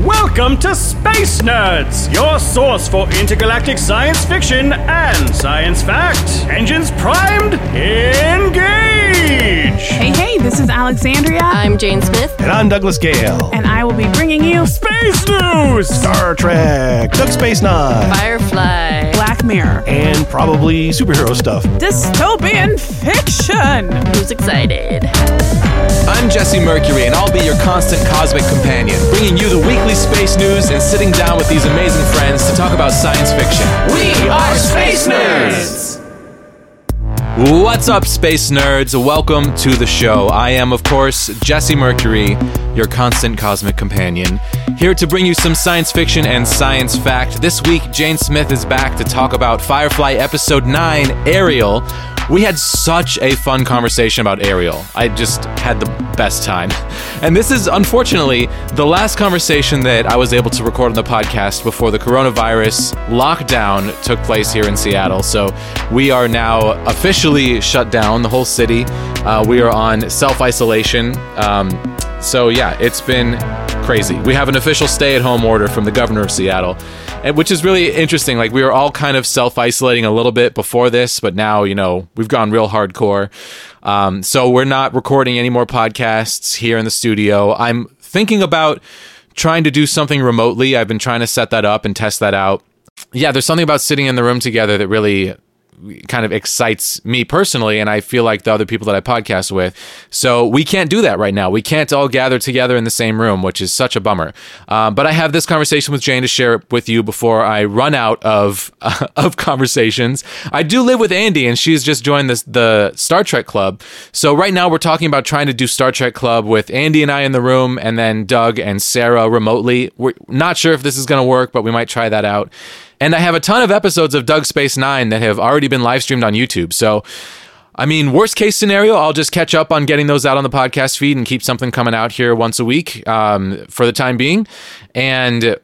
Welcome to Space Nerds, your source for intergalactic science fiction and science fact. Engines primed, engage! Hey, hey, this is Alexandria, I'm Jane Smith. And I'm Douglas Gale. and I will be bringing you Space news! Star Trek, Duck Space Nine, Firefly. Black Mirror, and probably superhero stuff. dystopian fiction. Who's excited? I'm Jesse Mercury, and I'll be your constant cosmic companion, bringing you the weekly space news and sitting down with these amazing friends to talk about science fiction. We are Space Nerds! What's up, Space Nerds? Welcome to the show. I am, of course, Jesse Mercury, your constant cosmic companion, here to bring you some science fiction and science fact. This week, Jane Smith is back to talk about Firefly Episode 9, Ariel. We had such a fun conversation about Ariel. I just had the best time. And this is unfortunately the last conversation that I was able to record on the podcast before the coronavirus lockdown took place here in Seattle. So we are now officially shut down, the whole city. Uh, we are on self isolation. Um, so yeah, it's been crazy. We have an official stay at home order from the governor of Seattle, and which is really interesting. Like we were all kind of self isolating a little bit before this, but now, you know, we've gone real hardcore. Um, so we're not recording any more podcasts here in the studio. I'm thinking about trying to do something remotely. I've been trying to set that up and test that out. Yeah, there's something about sitting in the room together that really kind of excites me personally and I feel like the other people that I podcast with. So we can't do that right now. We can't all gather together in the same room, which is such a bummer. Um, but I have this conversation with Jane to share it with you before I run out of of conversations. I do live with Andy and she's just joined this the Star Trek club. So right now we're talking about trying to do Star Trek club with Andy and I in the room and then Doug and Sarah remotely. We're not sure if this is going to work, but we might try that out. And I have a ton of episodes of Doug Space Nine that have already been live streamed on YouTube. So, I mean, worst case scenario, I'll just catch up on getting those out on the podcast feed and keep something coming out here once a week um, for the time being. And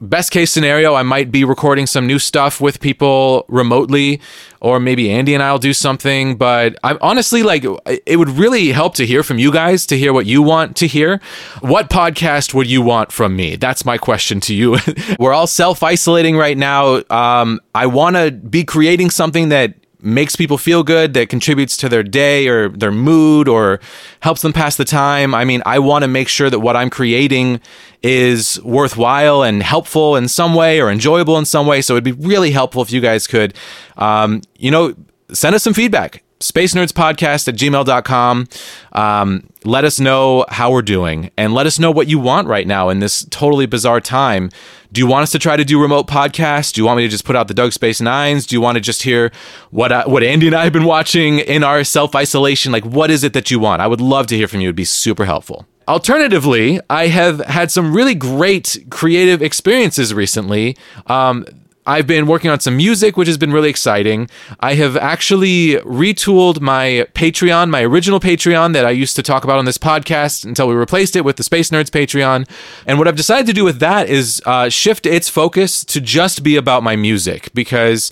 best case scenario, I might be recording some new stuff with people remotely, or maybe Andy and I'll do something. But I'm honestly like, it would really help to hear from you guys to hear what you want to hear. What podcast would you want from me? That's my question to you. We're all self isolating right now. Um, I want to be creating something that makes people feel good, that contributes to their day or their mood or helps them pass the time. I mean, I want to make sure that what I'm creating is worthwhile and helpful in some way or enjoyable in some way. So it'd be really helpful if you guys could, um, you know, send us some feedback. Space Nerds Podcast at gmail.com. Um, let us know how we're doing and let us know what you want right now in this totally bizarre time. Do you want us to try to do remote podcasts? Do you want me to just put out the Doug Space Nines? Do you want to just hear what I, what Andy and I have been watching in our self isolation? Like, what is it that you want? I would love to hear from you. It'd be super helpful. Alternatively, I have had some really great creative experiences recently. Um, I've been working on some music, which has been really exciting. I have actually retooled my Patreon, my original Patreon that I used to talk about on this podcast until we replaced it with the Space Nerds Patreon. And what I've decided to do with that is uh, shift its focus to just be about my music because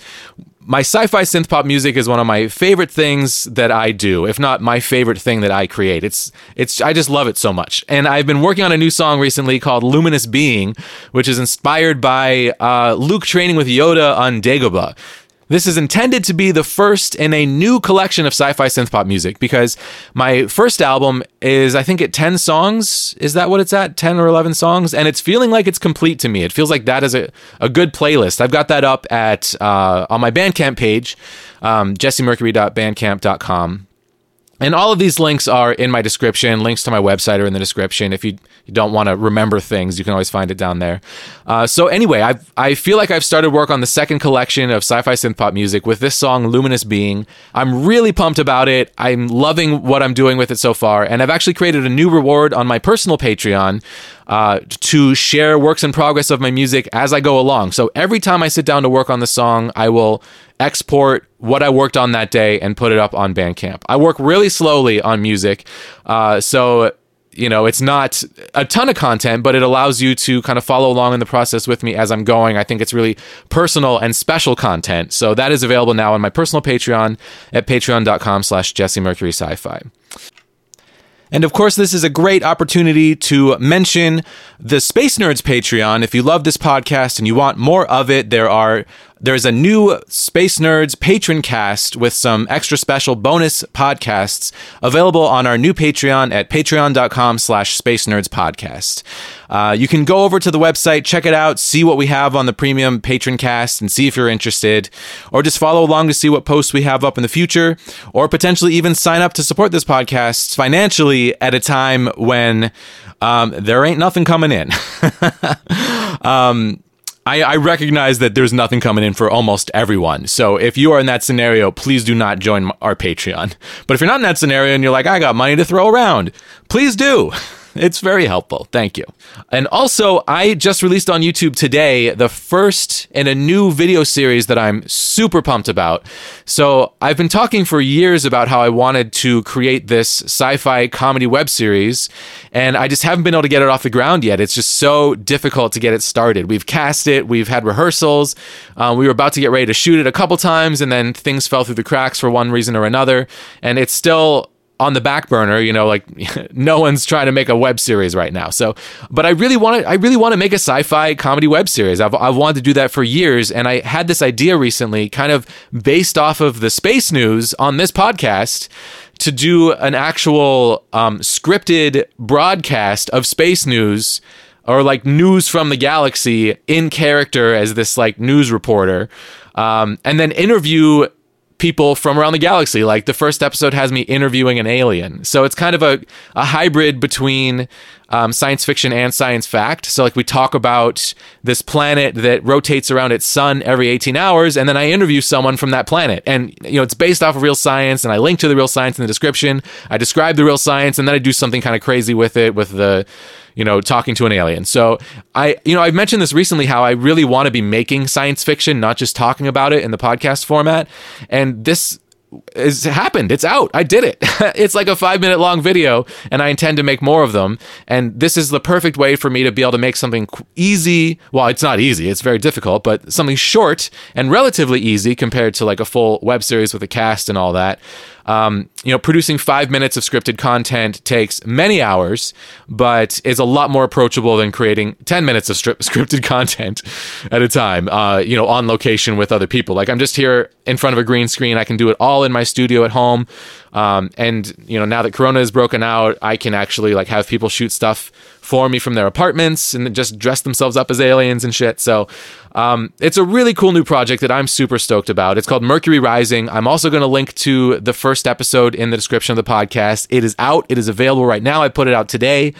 my sci-fi synth pop music is one of my favorite things that I do, if not my favorite thing that I create. It's it's I just love it so much. And I've been working on a new song recently called Luminous Being, which is inspired by uh, Luke training with Yoda on Dagobah. This is intended to be the first in a new collection of sci-fi synthpop music because my first album is I think at 10 songs. Is that what it's at? 10 or 11 songs and it's feeling like it's complete to me. It feels like that is a, a good playlist. I've got that up at uh, on my Bandcamp page, um jessemercury.bandcamp.com. And all of these links are in my description. Links to my website are in the description. If you don't want to remember things, you can always find it down there. Uh, so anyway, I I feel like I've started work on the second collection of sci-fi synth-pop music with this song "Luminous Being." I'm really pumped about it. I'm loving what I'm doing with it so far, and I've actually created a new reward on my personal Patreon uh, to share works in progress of my music as I go along. So every time I sit down to work on the song, I will export what I worked on that day and put it up on Bandcamp. I work really slowly on music, uh, so you know it's not a ton of content, but it allows you to kind of follow along in the process with me as I'm going. I think it's really personal and special content, so that is available now on my personal Patreon at patreon.com/slash Jesse Mercury Sci-Fi. And of course, this is a great opportunity to mention the Space Nerds Patreon. If you love this podcast and you want more of it, there are there's a new Space Nerds patron cast with some extra special bonus podcasts available on our new Patreon at patreon.com slash space nerds podcast. Uh, you can go over to the website, check it out, see what we have on the premium patron cast and see if you're interested, or just follow along to see what posts we have up in the future, or potentially even sign up to support this podcast financially at a time when um, there ain't nothing coming in. I, I recognize that there's nothing coming in for almost everyone. So if you are in that scenario, please do not join our Patreon. But if you're not in that scenario and you're like, I got money to throw around, please do. It's very helpful. Thank you. And also, I just released on YouTube today the first in a new video series that I'm super pumped about. So I've been talking for years about how I wanted to create this sci fi comedy web series, and I just haven't been able to get it off the ground yet. It's just so difficult to get it started. We've cast it, we've had rehearsals, uh, we were about to get ready to shoot it a couple times, and then things fell through the cracks for one reason or another. And it's still on the back burner, you know, like no one's trying to make a web series right now. So, but I really want to, I really want to make a sci-fi comedy web series. I've, I've wanted to do that for years. And I had this idea recently, kind of based off of the space news on this podcast to do an actual um, scripted broadcast of space news or like news from the galaxy in character as this like news reporter. Um, and then interview people from around the galaxy. Like the first episode has me interviewing an alien. So it's kind of a, a hybrid between um, science fiction and science fact. So, like, we talk about this planet that rotates around its sun every 18 hours, and then I interview someone from that planet. And, you know, it's based off of real science, and I link to the real science in the description. I describe the real science, and then I do something kind of crazy with it, with the, you know, talking to an alien. So, I, you know, I've mentioned this recently how I really want to be making science fiction, not just talking about it in the podcast format. And this, is happened. It's out. I did it. it's like a five minute long video, and I intend to make more of them. And this is the perfect way for me to be able to make something qu- easy. Well, it's not easy. It's very difficult, but something short and relatively easy compared to like a full web series with a cast and all that. Um, you know, producing five minutes of scripted content takes many hours, but is a lot more approachable than creating 10 minutes of stri- scripted content at a time, uh, you know, on location with other people. Like I'm just here in front of a green screen. I can do it all in my studio at home. Um, and, you know, now that Corona is broken out, I can actually like have people shoot stuff for me from their apartments and just dress themselves up as aliens and shit. So um, it's a really cool new project that I'm super stoked about. It's called Mercury Rising. I'm also going to link to the first episode in the description of the podcast. It is out, it is available right now. I put it out today.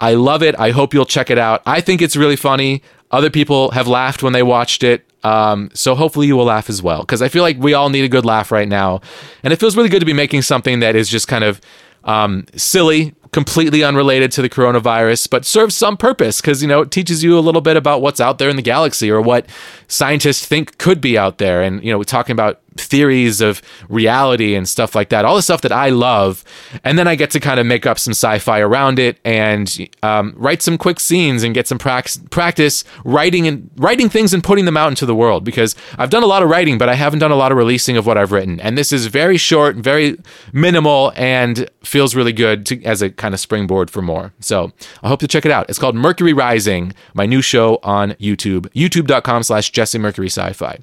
I love it. I hope you'll check it out. I think it's really funny. Other people have laughed when they watched it. Um, so hopefully you will laugh as well because I feel like we all need a good laugh right now. And it feels really good to be making something that is just kind of um, silly, completely unrelated to the coronavirus, but serves some purpose because, you know, it teaches you a little bit about what's out there in the galaxy or what scientists think could be out there. And, you know, we're talking about theories of reality and stuff like that, all the stuff that I love. And then I get to kind of make up some sci fi around it and um, write some quick scenes and get some prax- practice writing and writing things and putting them out into the world because I've done a lot of writing, but I haven't done a lot of releasing of what I've written. And this is very short, very minimal, and feels really good to, as a kind of springboard for more. So I hope you check it out. It's called Mercury Rising, my new show on YouTube, youtube.com slash Jesse Mercury Sci Fi.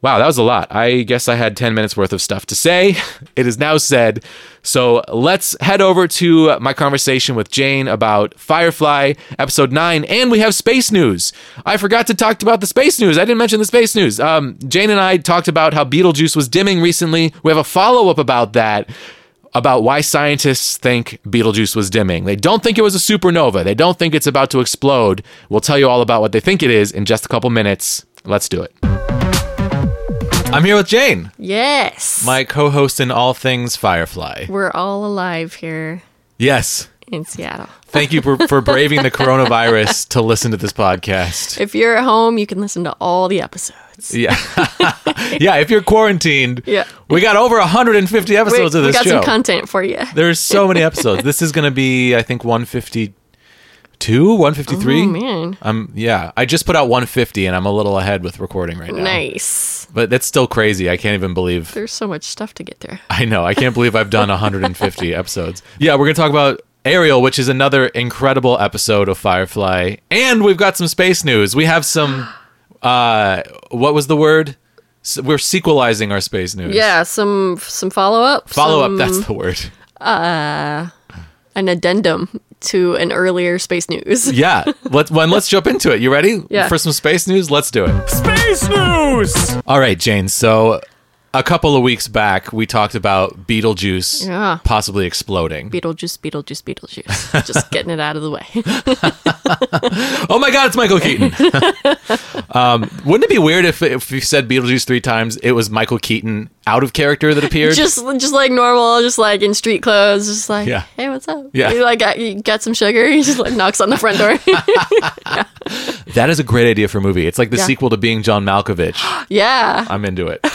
Wow, that was a lot. I guess I had 10 minutes worth of stuff to say. It is now said. So let's head over to my conversation with Jane about Firefly episode 9. And we have space news. I forgot to talk about the space news. I didn't mention the space news. Um, Jane and I talked about how Beetlejuice was dimming recently. We have a follow up about that about why scientists think Beetlejuice was dimming. They don't think it was a supernova, they don't think it's about to explode. We'll tell you all about what they think it is in just a couple minutes. Let's do it. I'm here with Jane, Yes. my co host in All Things Firefly. We're all alive here Yes. in Seattle. Thank you for, for braving the coronavirus to listen to this podcast. If you're at home, you can listen to all the episodes. Yeah. yeah, if you're quarantined, Yeah. we got over 150 We, episodes of we this got show. some content for you. There's so many episodes. This is going to be, I think, 152 two, one fifty three. Oh, man. I'm yeah. I just put out one fifty, and I'm a little ahead with recording right now. Nice. But that's still crazy. I can't even believe. There's so much stuff to get through. I know. I can't believe I've done 150 episodes. Yeah, we're going to talk about Ariel, which is another incredible episode of Firefly. And we've got some space news. We have some, uh, what was the word? S- We're sequelizing our space news. Yeah, some some follow up. Follow up, that's the word. an addendum to an earlier space news. Yeah. Let's, well, let's jump into it. You ready Yeah. for some space news? Let's do it. Space news! All right, Jane. So a couple of weeks back, we talked about Beetlejuice Yeah. possibly exploding. Beetlejuice, Beetlejuice, Beetlejuice. Just getting it out of the way. Oh my God, it's Michael Keaton. um, wouldn't it be weird if, if you said Beetlejuice three times, it was Michael Keaton out of character that appeared? just just like normal, just like in street clothes, just like, Yeah. hey, what's up? Yeah. You like got, you got some sugar? He just like knocks on the front door. that is a great idea for a movie. It's like the Yeah. sequel to Being John Malkovich. yeah. I'm into it.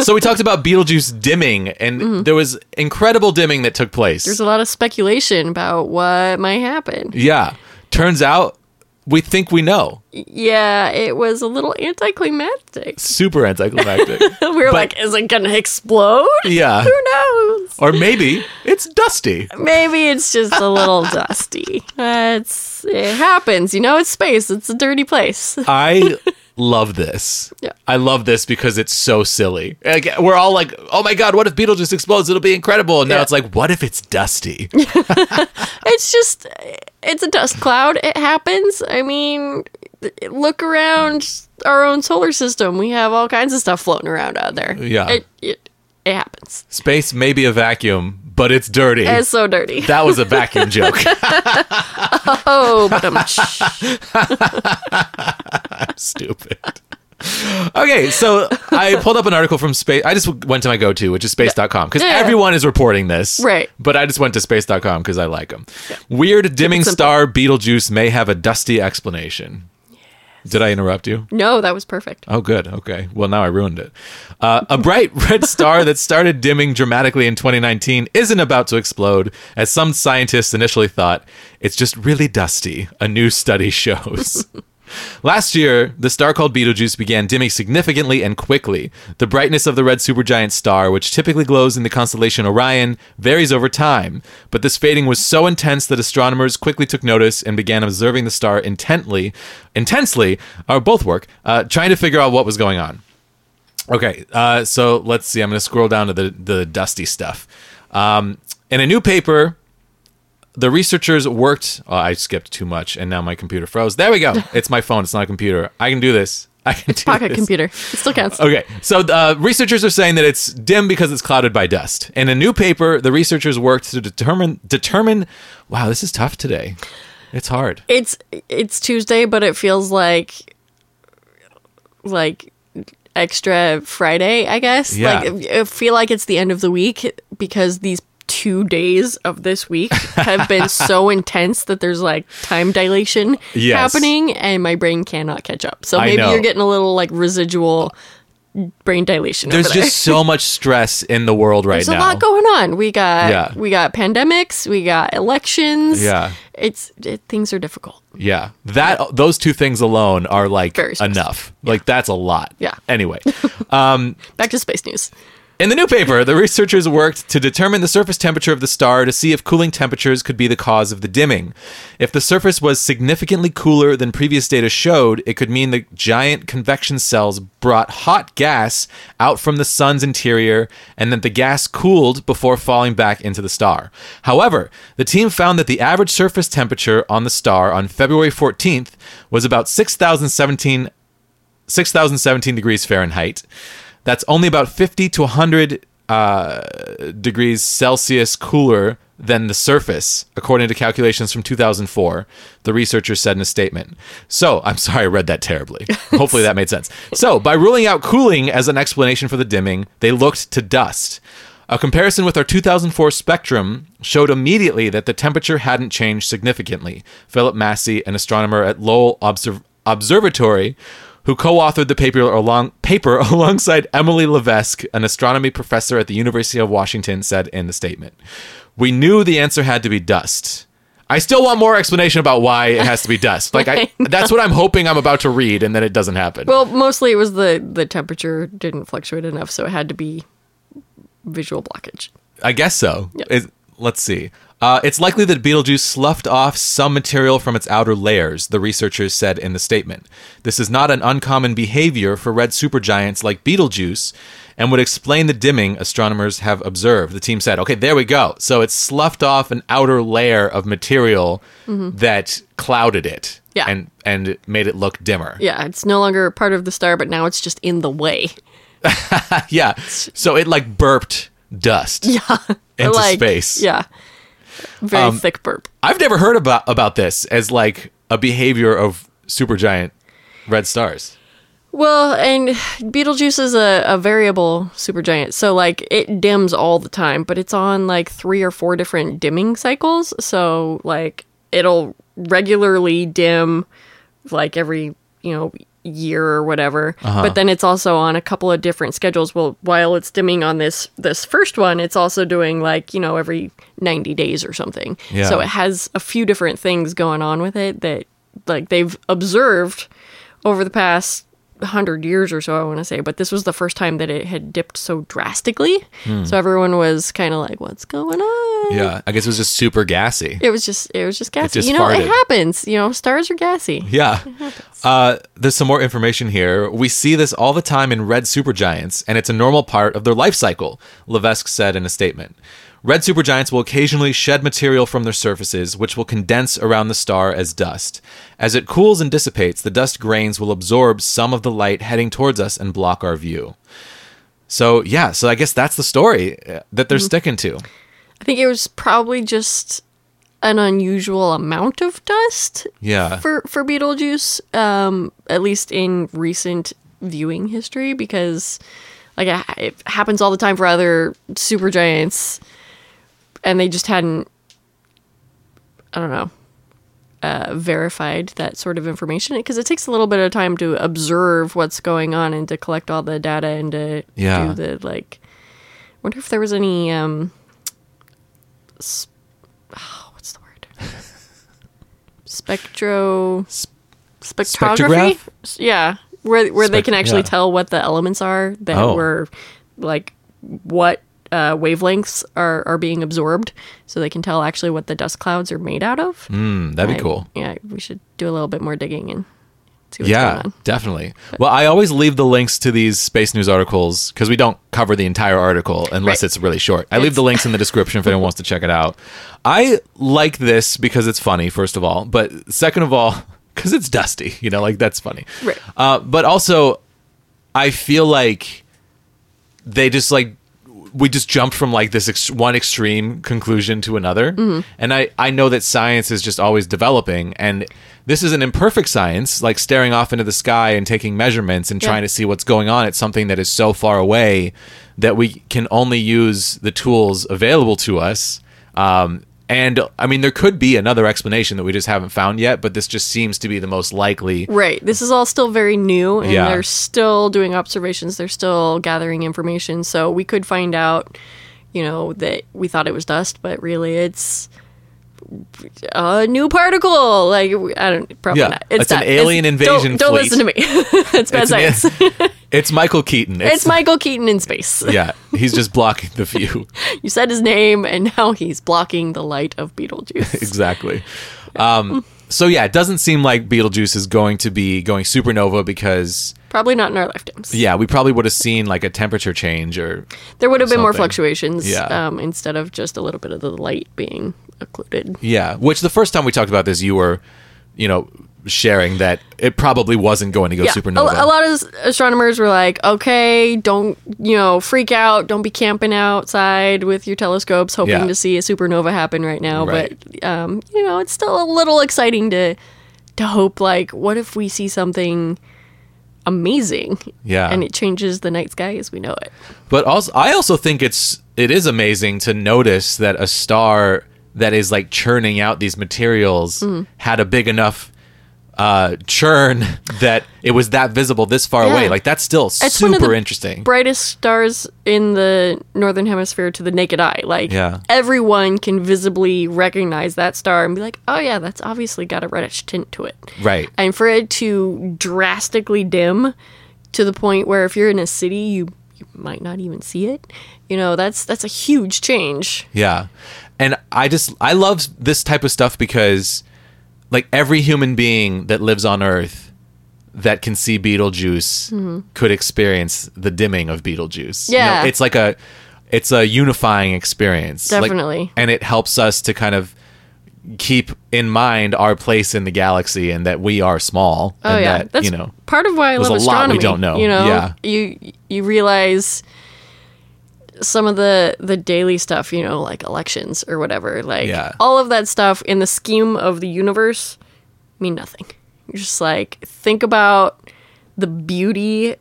so we talked about Beetlejuice dimming, and there was incredible dimming that took place. Mm-hmm. There's a lot of speculation about what might happen. yeah. Turns out we think we know. Yeah, it was a little anticlimactic. Super anticlimactic. We were like, is it gonna explode? yeah. Who knows? Or maybe it's dusty. Maybe it's just a little dusty. Uh, it's it happens, you know. It's space. It's a dirty place. I love this. Yeah. I love this because it's so silly. Like, we're all like, oh my God, what if Beetlejuice explodes? It'll be incredible. And now Yeah. it's like, what if it's dusty? It's just it's a dust cloud. It happens. I mean, th- look around our own solar system. We have all kinds of stuff floating around out there. Yeah. It it, it happens. Space may be a vacuum, but it's dirty. It's so dirty. that was a vacuum joke. oh, but um, Stupid. Okay, so I pulled up an article from space. I just went to my go to, which is space.com, because Yeah. everyone is reporting this. Right. But I just went to space.com because I like them. Weird dimming simple. star Beetlejuice may have a dusty explanation. Did I interrupt you? no, that was perfect. Oh, good. Okay. Well, now I ruined it. Uh, a bright red star that started dimming dramatically in 2019 isn't about to explode, as some scientists initially thought. It's just really dusty, a new study shows. Last year, the star called Betelgeuse began dimming significantly and quickly. The brightness of the red supergiant star, which typically glows in the constellation Orion, varies over time, but this fading was so intense that astronomers quickly took notice and began observing the star intently, intensely, or both work, uh, trying to figure out what was going on. Okay, uh, so let's see. I'm going to scroll down to the, the dusty stuff. Um, in a new paper, the researchers worked. Oh, I skipped too much, and now my computer froze. There we go. It's my phone. It's not a computer. I can do this. I can do Pocket this. computer. It still counts. Okay, so uh, researchers are saying that it's dim because it's clouded by dust. In a new paper, the researchers worked to determine determine. Wow, this is tough today. It's hard. It's it's Tuesday, but it feels like like extra Friday, I guess. Yeah. Like I feel like it's the end of the week because these two days of this week have been so intense that there's like time dilation Yes. happening and my brain cannot catch up. So I maybe know. you're getting a little like residual brain dilation. There's over there. just so much stress in the world right There's now. a lot going on. We got Yeah. we got pandemics, we got elections. Yeah. It's it, things are difficult. Yeah. That those two things alone are like Very stressful. enough. Like that's a lot. Yeah. Anyway, Back to space news. in the new paper, the researchers worked to determine the surface temperature of the star to see if cooling temperatures could be the cause of the dimming. If the surface was significantly cooler than previous data showed, it could mean the giant convection cells brought hot gas out from the sun's interior and that the gas cooled before falling back into the star. However, the team found that the average surface temperature on the star on February 14th was about 6017 6017 degrees Fahrenheit. That's only about 50 to 100 uh, degrees Celsius cooler than the surface, according to calculations from 2004, the researchers said in a statement. So, I'm sorry I read that terribly. Hopefully that made sense. So, by ruling out cooling as an explanation for the dimming, they looked to dust. A comparison with our 2004 spectrum showed immediately that the temperature hadn't changed significantly. Philip Massey, an astronomer at Lowell Observ- Observatory, who co-authored the paper along paper alongside Emily Levesque, an astronomy professor at the University of Washington, said in the statement, "We knew the answer had to be dust. I still want more explanation about why it has to be dust. Like I, I know. that's what I'm hoping I'm about to read, and then it doesn't happen. Well, mostly it was the the temperature didn't fluctuate enough, so it had to be visual blockage. I guess so. Yep. It- let's see. Uh, it's likely that Betelgeuse sloughed off some material from its outer layers, the researchers said in the statement. This is not an uncommon behavior for red supergiants like Betelgeuse and would explain the dimming astronomers have observed. The team said, okay, there we go. So it sloughed off an outer layer of material that clouded it Mm-hmm. Yeah. and, and it made it look dimmer. Yeah, it's no longer part of the star, but now it's just in the way. Yeah. So it like burped dust into like, space. Um, Yeah, very thick burp. I've never heard about about this as like a behavior of supergiant red stars. Well, and Beetlejuice is a, a variable supergiant, so like it dims all the time, but it's on like three or four different dimming cycles. So like it'll regularly dim, like every you know year or whatever. But then it's also on a couple of different schedules. Well, while it's dimming on this this first one, it's also doing like you know every ninety days or something. Yeah. So it has a few different things going on with it that like they've observed over the past 100 years or so, I want to say, but this was the first time that it had dipped so drastically. So everyone was kind of like, what's going on? Hmm. Yeah, I guess it was just super gassy. It was just, it was just gassy. just you know, farted. Hmm. it happens. You know, stars are gassy. Yeah. Uh, there's some more information here. We see this all the time in red supergiants, and it's a normal part of their life cycle, Levesque said in a statement. Red supergiants will occasionally shed material from their surfaces, which will condense around the star as dust. As it cools and dissipates, the dust grains will absorb some of the light heading towards us and block our view. So, yeah, so I guess that's the story uh, that they're sticking to. I think it was probably just an unusual amount of dust Yeah. for, for Beetlejuice, um, at least in recent viewing history, because like it, it happens all the time for other supergiants and they just hadn't i don't know uh, verified that sort of information because it takes a little bit of time to observe what's going on and to collect all the data and to Yeah. do the like I wonder if there was any um s- oh, what's the word spectro spectrography Spectrograph? S- yeah where where they Spect- can actually yeah. tell what the elements are that Oh. were like what uh, wavelengths are, are being absorbed so they can tell actually what the dust clouds are made out of. That'd Mm, be cool. I- yeah, we should do a little bit more digging and see what's yeah, going on. definitely. Well, I always leave the links to these space news articles because we don't cover the entire article unless Right. it's really short. I leave the links in the description if anyone wants to check it out. I like this because it's funny, first of all, but second of all, because it's dusty. You know, like that's funny. Right. Uh, but also, I feel like they just like we just jumped from like this ex- one extreme conclusion to another Mm-hmm. and I, I know that science is just always developing and this is an imperfect science like staring off into the sky and taking measurements and Yeah. trying to see what's going on it's something that is so far away that we can only use the tools available to us um, and i mean there could be another explanation that we just haven't found yet but this just seems to be the most likely Right. This is all still very new, and Yeah. they're still doing observations. They're still gathering information. So we could find out, you know, that we thought it was dust, but really it's a new particle. Like we- I don't probably Yeah. not. It's an not. alien invasion Don't, don't listen fleet. to me. it's bad science. it's, it's michael keaton it's Michael Keaton in space. yeah he's just blocking the view You said his name, and now he's blocking the light of Beetlejuice. exactly. Um, so yeah, it doesn't seem like Beetlejuice is going to be going supernova because Probably not in our lifetimes. yeah, we probably would have seen like a temperature change or There would have been more Something. fluctuations Yeah. um, instead of just a little bit of the light being occluded. yeah. Which the first time we talked about this, you were, you know, sharing that it probably wasn't going to go Yeah, a- supernova. A, lot of s- astronomers were like, okay, don't, you know, freak out. Don't be camping outside with your telescopes hoping Yeah. to see a supernova happen right now. Right. But, um, you know, it's still a little exciting to to hope, like, what if we see something amazing? Yeah. And it changes the night sky as we know it. But also, I also think it's it is amazing to notice that a Mm. star that is like churning out these materials had a big enough uh, churn that it was that visible this far Yeah. away. Like that's still It's one of super the interesting. brightest stars in the northern hemisphere to the naked eye. Like Yeah. everyone can visibly recognize that star and be like, "Oh yeah, that's obviously got a reddish tint to it." right. And for it to drastically dim to the point where if you're in a city, you you might not even see it. You know, that's that's a huge change. Yeah. And I just I love this type of stuff because like every human being that lives on earth that can see Beetlejuice could experience the dimming of Beetlejuice. You know, Mm-hmm. Yeah. it's like a it's a unifying experience. Like- Definitely. and it helps us to kind of keep in mind our place in the galaxy and that we are small Oh and yeah, that that's you know part of why I there's love a lot astronomy. we don't know. You know, Yeah. you you realize some of the the daily stuff. You know, like elections or whatever. Like Yeah. all of that stuff in the scheme of the universe mean nothing. You're just like think about the beauty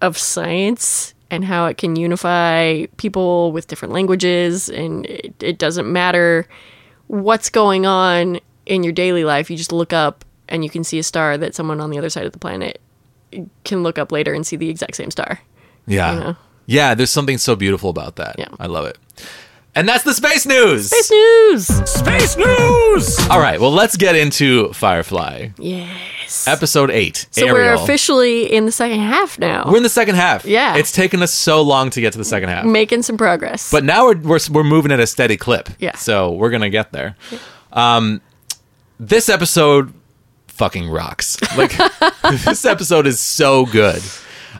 of science and how it can unify people with different languages, and it, it doesn't matter what's going on in your daily life. You just look up and you can see a star that someone on the other side of the planet can look up later and see the exact same star. Yeah. Yeah, there's something so beautiful about that. Yeah. I love it. And that's the space news. Space news! Space news! All right, well, let's get into Firefly, Yes. episode eight. So we're Ariel. officially in the second half now. We're in the second half. Yeah. it's taken us so long to get to the second half, making some progress. but now we're we're, we're moving at a steady clip. Yeah. so we're gonna get there. Um, this episode fucking rocks. Like this episode is so good.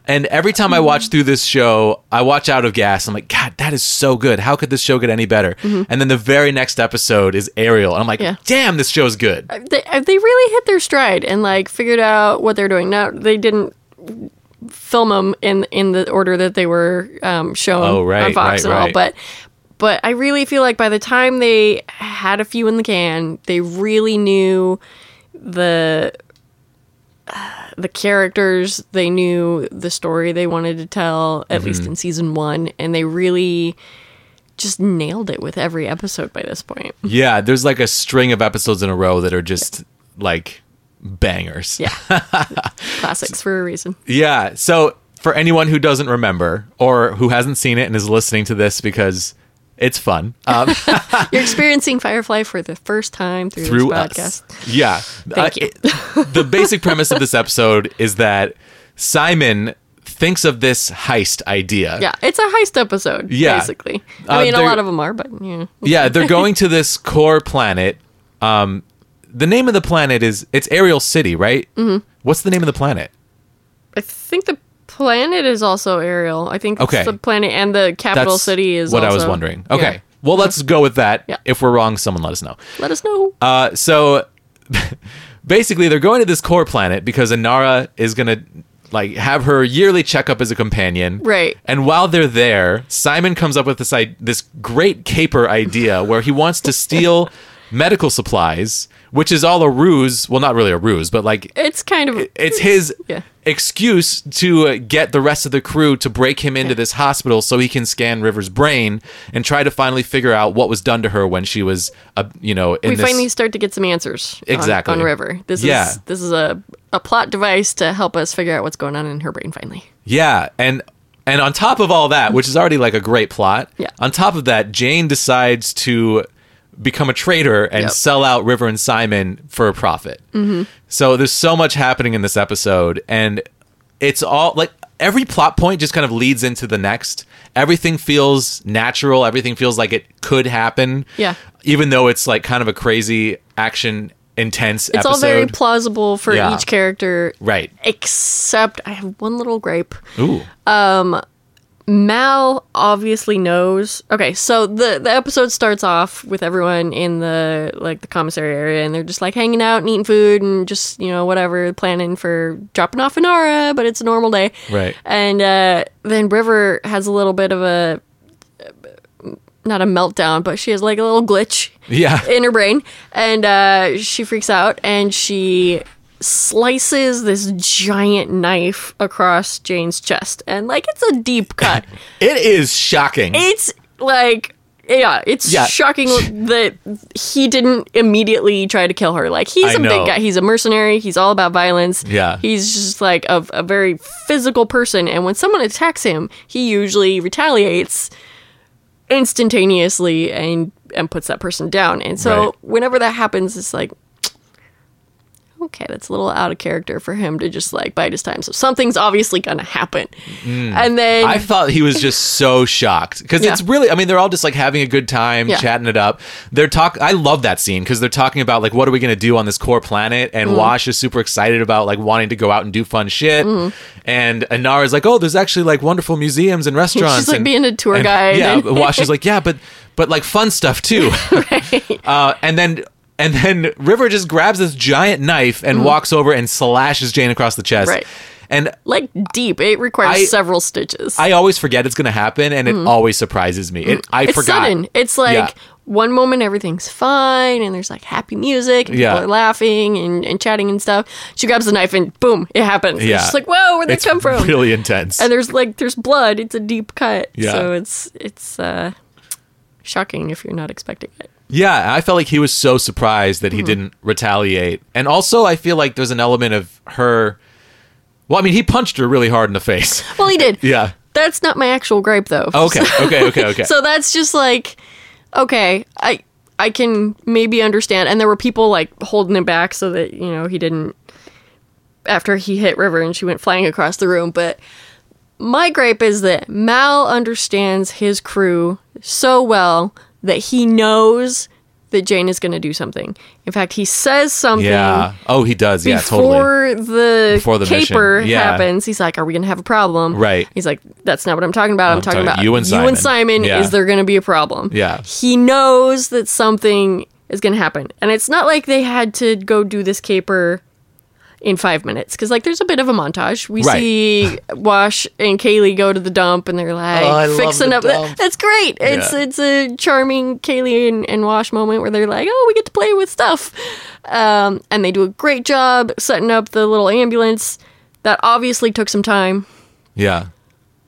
And every time I Mm-hmm. watch through this show, I watch out of gas. I'm like, God, that is so good. How could this show get any better? And then the very next episode is Ariel. And I'm like, Mm-hmm. Yeah. damn, this show's good. they, uh, they really hit their stride and like figured out what they're doing. Now they didn't film them in in the order that they were um, shown Oh, right, on Fox right, and all, right. but but I really feel like by the time they had a few in the can, they really knew the uh, the characters they knew the story they wanted to tell at Mm-hmm. least in season 1 and they really just nailed it with every episode by this point Yeah, there's like a string of episodes in a row that are just like bangers. yeah classics for a reason Yeah. So for anyone who doesn't remember or who hasn't seen it and is listening to this because it's fun um, You're experiencing Firefly for the first time through, through this us. podcast. Yeah. Uh, Thank you. the basic premise of this episode is that Simon thinks of this heist idea. Yeah, it's a heist episode, Yeah. basically. Uh, I mean, a they're- lot of them are, but yeah. Yeah, they're going to this core planet. Um, the name of the planet is it's Ariel City, right? Mm-hmm. What's the name of the planet? I think the planet is also Ariel. I think Okay. it's the planet and the capital city is what I was also- wondering. Yeah. Okay. Well, let's go with that. Yeah. If we're wrong, someone let us know. Let us know. Uh, so basically, they're going to this core planet because Inara is going to like have her yearly checkup as a companion. Right. And while they're there, Simon comes up with this I- this great caper idea where he wants to steal medical supplies, which is all a ruse. Well, not really a ruse, but like it's kind of it's his Yeah. excuse to uh, get the rest of the crew to break him into this hospital so he can scan River's brain and try to finally figure out what was done to her when she was, uh, you know, in we this. finally start to get some answers on- Exactly. on, River. This Yeah. is this is a a plot device to help us figure out what's going on in her brain finally. Yeah, and and on top of all that, which is already like a great plot. Yeah. On top of that, Jane decides to become a traitor and Yep. sell out River and Simon for a profit. Mm-hmm. So there's so much happening in this episode, and it's all like every plot point just kind of leads into the next. Everything feels natural. Everything feels like it could happen. Yeah. Even though it's like kind of a crazy action intense It's episode. all very plausible for Yeah. each character. right. Except I have one little gripe. Ooh. Mal obviously knows. Okay, so the the episode starts off with everyone in the like the commissary area, and they're just like hanging out and eating food and just you know whatever planning for dropping off Inara, but it's a normal day. Right. And uh, then River has a little bit of a not a meltdown, but she has like a little glitch Yeah. in her brain, and uh, she freaks out and she slices this giant knife across Uh, Jane's chest, and like it's a deep cut. It is shocking. it's like yeah, it's Yeah. shocking that he didn't immediately try to kill her. Like he's I a know. big guy. He's a mercenary. He's all about violence. Yeah. he's just like a, a very physical person. And when someone attacks him, he usually retaliates instantaneously and and puts that person down. And so Right. whenever that happens, it's like. Okay, that's a little out of character for him to just like bite his time. So something's obviously gonna happen, and then Mm. I thought he was just so shocked because it's Yeah. really. I mean, they're all just like having a good time, Yeah. chatting it up. They're talk. I love that scene because they're talking about like what are we going to do on this core planet, and Mm. Wash is super excited about like wanting to go out and do fun shit, Mm-hmm. and Inara is like, oh, there's actually like wonderful museums and restaurants. like, and- being a tour and- guide Yeah, and- but Wash is like, yeah, but but like fun stuff too. uh, and then. And then River just grabs this giant knife and walks over and slashes Jane across the chest. Mm-hmm. Right. And like deep. It requires I- several stitches. I always forget it's going to happen, and it always surprises me. It, I Mm-hmm. it's forgot. sudden. It's like Yeah. one moment everything's fine and there's like happy music and Yeah. people are laughing and, and chatting and stuff. She grabs the knife and boom, it happens. Yeah. It's just like, whoa, where'd that It's come from? Really intense. and there's like there's blood. It's a deep cut. Yeah. So it's it's uh shocking if you're not expecting it. yeah, I felt like he was so surprised that he Mm-hmm. didn't retaliate, and also I feel like there's an element of her. Well, I mean, he punched her really hard in the face. Well he did. Yeah. That's not my actual gripe though. Okay. Okay. Okay. Okay. So that's just like, okay, I I can maybe understand. And there were people like holding him back so that you know he didn't. After he hit River and she went flying across the room, but my gripe is that Mal understands his crew so well that he knows that Jane is going to do something. In fact, he says something yeah. Oh, he does. Yeah. Totally. before the Before the mission. caper Yeah. happens, he's like, "Are we gonna have a problem?" Right. He's like, "That's not what I'm talking about. I'm, talking, about you and You and Simon." Simon. Yeah. Is there gonna be a problem?" Yeah. He knows that something is gonna happen, and it's not like they had to go do this caper in five minutes because like there's a bit of a montage we Right. see wash and kaylee go to the dump and they're like Oh, I love fixing the up the- dump. that's great it's Yeah. it's a charming kaylee and, and wash moment where they're like oh we get to play with stuff um, and they do a great job setting up the little ambulance that obviously took some time Yeah.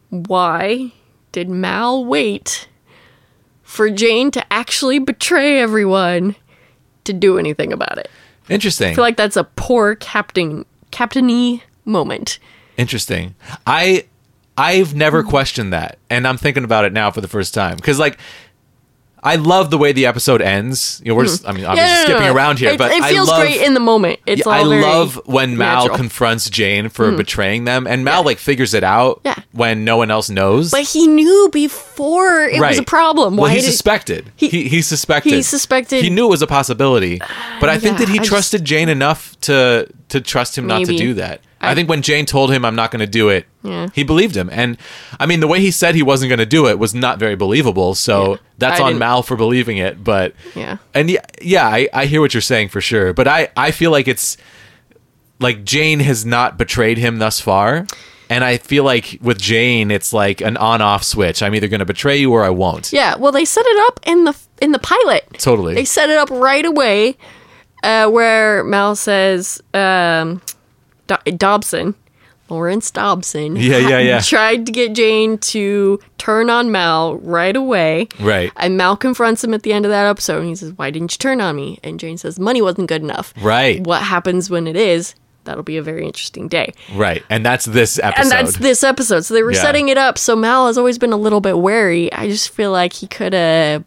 why did mal wait for jane to actually betray everyone to do anything about it Interesting. feel like that's a poor captain captainy moment. Interesting. I I've never Hmm. questioned that, and I'm thinking about it now for the first time because like. I love the way the episode ends. You know, we're just, I mean, obviously Hmm. no, no, skipping no. around here, it, but it feels I love, great in the moment. It's Yeah, all I very love when Mal natural. Hmm. confronts Jane for betraying them, and Mal like figures it out Yeah. when no one else knows. but he knew before it was a problem. Well, Why he did- suspected. He, He- he suspected. he suspected- He knew it was a possibility, but I think yeah, that I he just- trusted Jane enough to to trust him not to Maybe. do that. I, I- think when Jane told him, "I'm not going to do it," Yeah. he believed him, and I mean, the way he said he wasn't going to do it was not very believable. So Yeah. that's I on didn't- Mal for believing it, but Yeah. and yeah, yeah, I, I hear what you're saying for sure, but I I feel like it's like Jane has not betrayed him thus far. And I feel like with Jane, it's like an on-off switch. I'm either going to betray you or I won't. Yeah, well, they set it up in the in the pilot. Totally. they set it up right away, uh, where Mal says, um, Do- Dobson, Lawrence Dobson, Yeah, yeah, yeah. tried to get Jane to turn on Mal right away. Right. And Mal confronts him at the end of that episode, and he says, "Why didn't you turn on me?" And Jane says, "Money wasn't good enough." Right. What happens when it is? That'll be a very interesting day. Right. And that's this episode. And that's this episode. So they were Yeah. setting it up. So Mal has always been a little bit wary. I just feel like he could have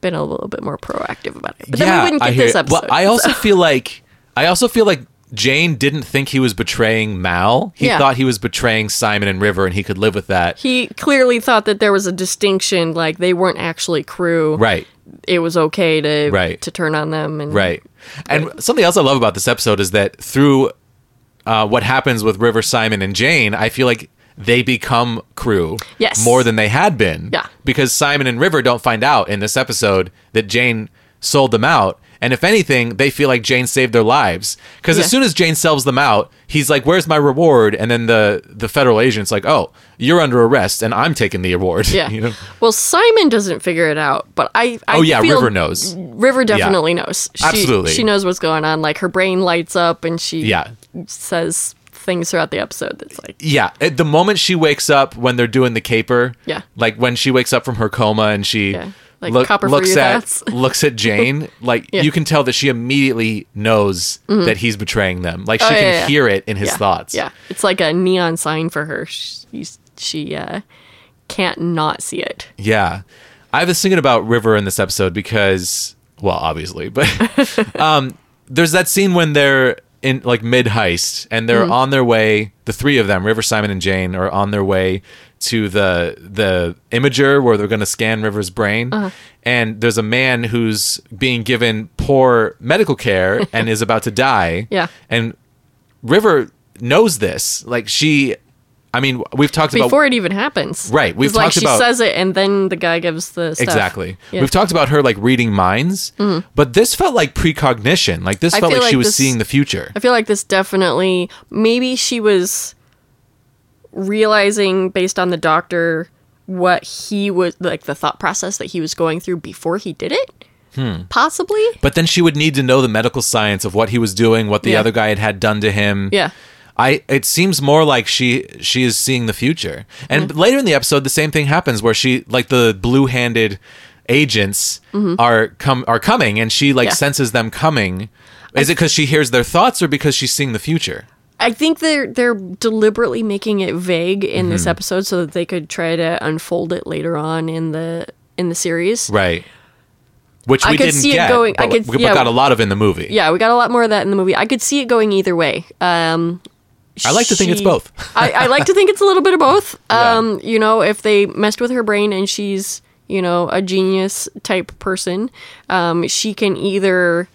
been a little bit more proactive about it. But then we wouldn't I get hear this you. Well, episode. I also feel like I also feel like Jane didn't think he was betraying Mal. He Yeah. thought he was betraying Simon and River and he could live with that. he clearly thought that there was a distinction, like they weren't actually crew. right. It was okay to Right. to turn on them and Right. And something else I love about this episode is that through uh, what happens with River, Simon, and Jane, I feel like they become crew Yes. more than they had been. Yeah. Because Simon and River don't find out in this episode that Jane sold them out. And if anything, they feel like Jane saved their lives. Because Yeah. as soon as Jane sells them out, he's like, Where's my reward? And then the, the federal agent's like, Oh, you're under arrest and I'm taking the award. Yeah. you know? Well, Simon doesn't figure it out, but I. I Oh, yeah. feel River knows. River definitely knows. She, Absolutely. She knows what's going on. Like her brain lights up and she Yeah. says things throughout the episode that's like Yeah, at the moment she wakes up when they're doing the caper. Yeah. like when she wakes up from her coma and she Yeah, like look- copper for looks your at thoughts. looks at Jane. Like Yeah. Mm-hmm. you can tell that she immediately knows that he's betraying them. Like she Oh, can yeah, yeah, yeah. hear it in his yeah, thoughts. Yeah, it's like a neon sign for her. She she uh, can't not see it. Yeah. I was thinking about River in this episode because, well, obviously, but um, there's that scene when they're in like mid heist Mm-hmm. and they're on their way. The three of them, River, Simon, and Jane, are on their way to the the imager where they're going to scan River's brain. Uh-huh. And there's a man who's being given poor medical care and is about to die. Yeah. And River knows this. Like she, I mean, we've talked about Before it even happens, Right, we've It's like talked she about- says it, and then the guy gives the stuff. Exactly. Yeah. Mm-hmm. We've talked about her like reading minds, but this felt like precognition. Like this I felt feel like, she like was this- seeing the future. I feel like this definitely maybe she was realizing based on the doctor what he was like the thought process that he was going through before he did it. Possibly. But then she would need to know the medical science of what he was doing, what the Yeah. other guy had had done to him. Yeah. I it seems more like she she is seeing the future. And Mm-hmm. later in the episode the same thing happens where she like the blue-handed agents are come are coming and she Mm-hmm. like Yeah. senses them coming. Is it cuz she hears their thoughts or because she's seeing the future? I think they're they're deliberately making it vague in this episode so that they could try to unfold it later on in the in the series. Right. Which I we could didn't see it get, going- I but, could- but yeah. got a lot of in the movie. Yeah, we got a lot more of that in the movie. I could see it going either way. Um, I like to think it's both. I, I like to think it's a little bit of both. Yeah. Um, You know, if they messed with her brain and she's you know a genius type person, um, she can either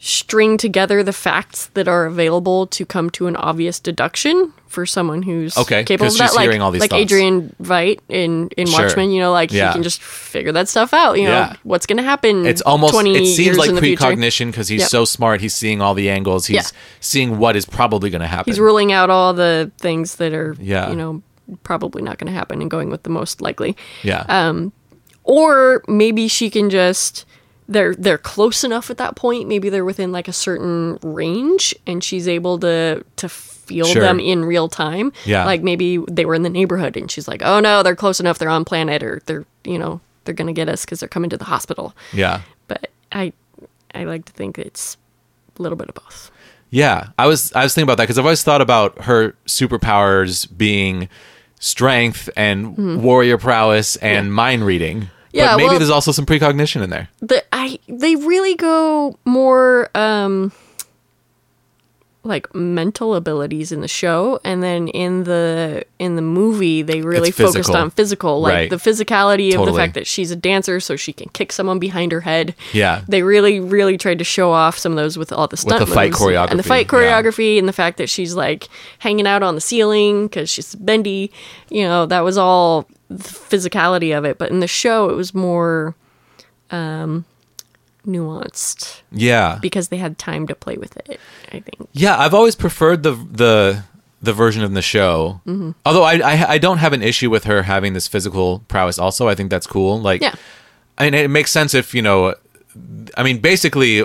string together the facts that are available to come to an obvious deduction for someone who's Okay, capable 'cause of that she's like, hearing all these like thoughts. adrian veidt in in Sure. watchmen you know like Yeah. he can just figure that stuff out you know Yeah. what's gonna happen It's almost 20 it years seems like in the future. precognition because he's Yep. so smart. He's seeing all the angles. He's Yeah. seeing what is probably going to happen. he's ruling out all the things that are Yeah. you know probably not going to happen and going with the most likely yeah, um, or maybe she can just they're they're close enough at that point maybe they're within like a certain range and she's able to to feel Sure. them in real time Yeah. like maybe they were in the neighborhood and she's like oh no they're close enough they're on planet or they're you know they're going to get us cuz they're coming to the hospital yeah, but i i like to think it's a little bit of both yeah. I was I was thinking about that because I've always thought about her superpowers being strength and warrior prowess and mind reading. Mm-hmm. Yeah, but maybe well- there's also some precognition in there. the I they really go more um like mental abilities in the show and then in the in the movie they really It's focused physical. on physical like Right. the physicality of Totally. the fact that she's a dancer so she can kick someone behind her head Yeah. they really really tried to show off some of those with all the stunt the fight moves and the choreography, fight yeah. choreography and the fact that she's like hanging out on the ceiling because she's bendy you know that was all the physicality of it but in the show it was more um, nuanced Yeah, because they had time to play with it. I think. Yeah, I've always preferred the the the version of the show. Mm-hmm. Although I, I I don't have an issue with her having this physical prowess. Also, I think that's cool. Like, Yeah. I mean, it makes sense if you know. I mean, basically,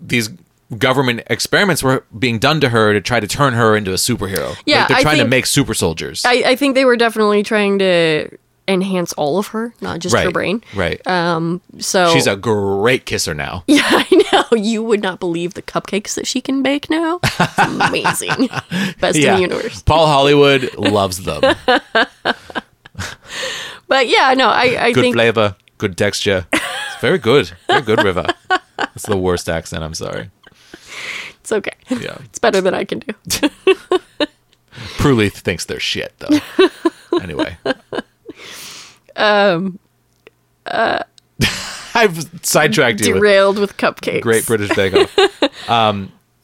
these government experiments were being done to her to try to turn her into a superhero. Yeah, like, they're I trying to think- make super soldiers. I, I think they were definitely trying to enhance all of her, not just right, her brain. Oh. Right. So She's a great kisser now. yeah, I know. You would not believe the cupcakes that she can bake now. It's amazing. Best in the universe. Paul Hollywood loves them. But yeah, no, I, I good think flavor, good texture. It's very good. Very good, River. That's the worst accent. I'm sorry. it's okay. Yeah. It's better than I can do. Pruly thinks they're shit, though. Anyway. Um. uh, I've sidetracked you. With Derailed with cupcakes. great British Bake Off. Um.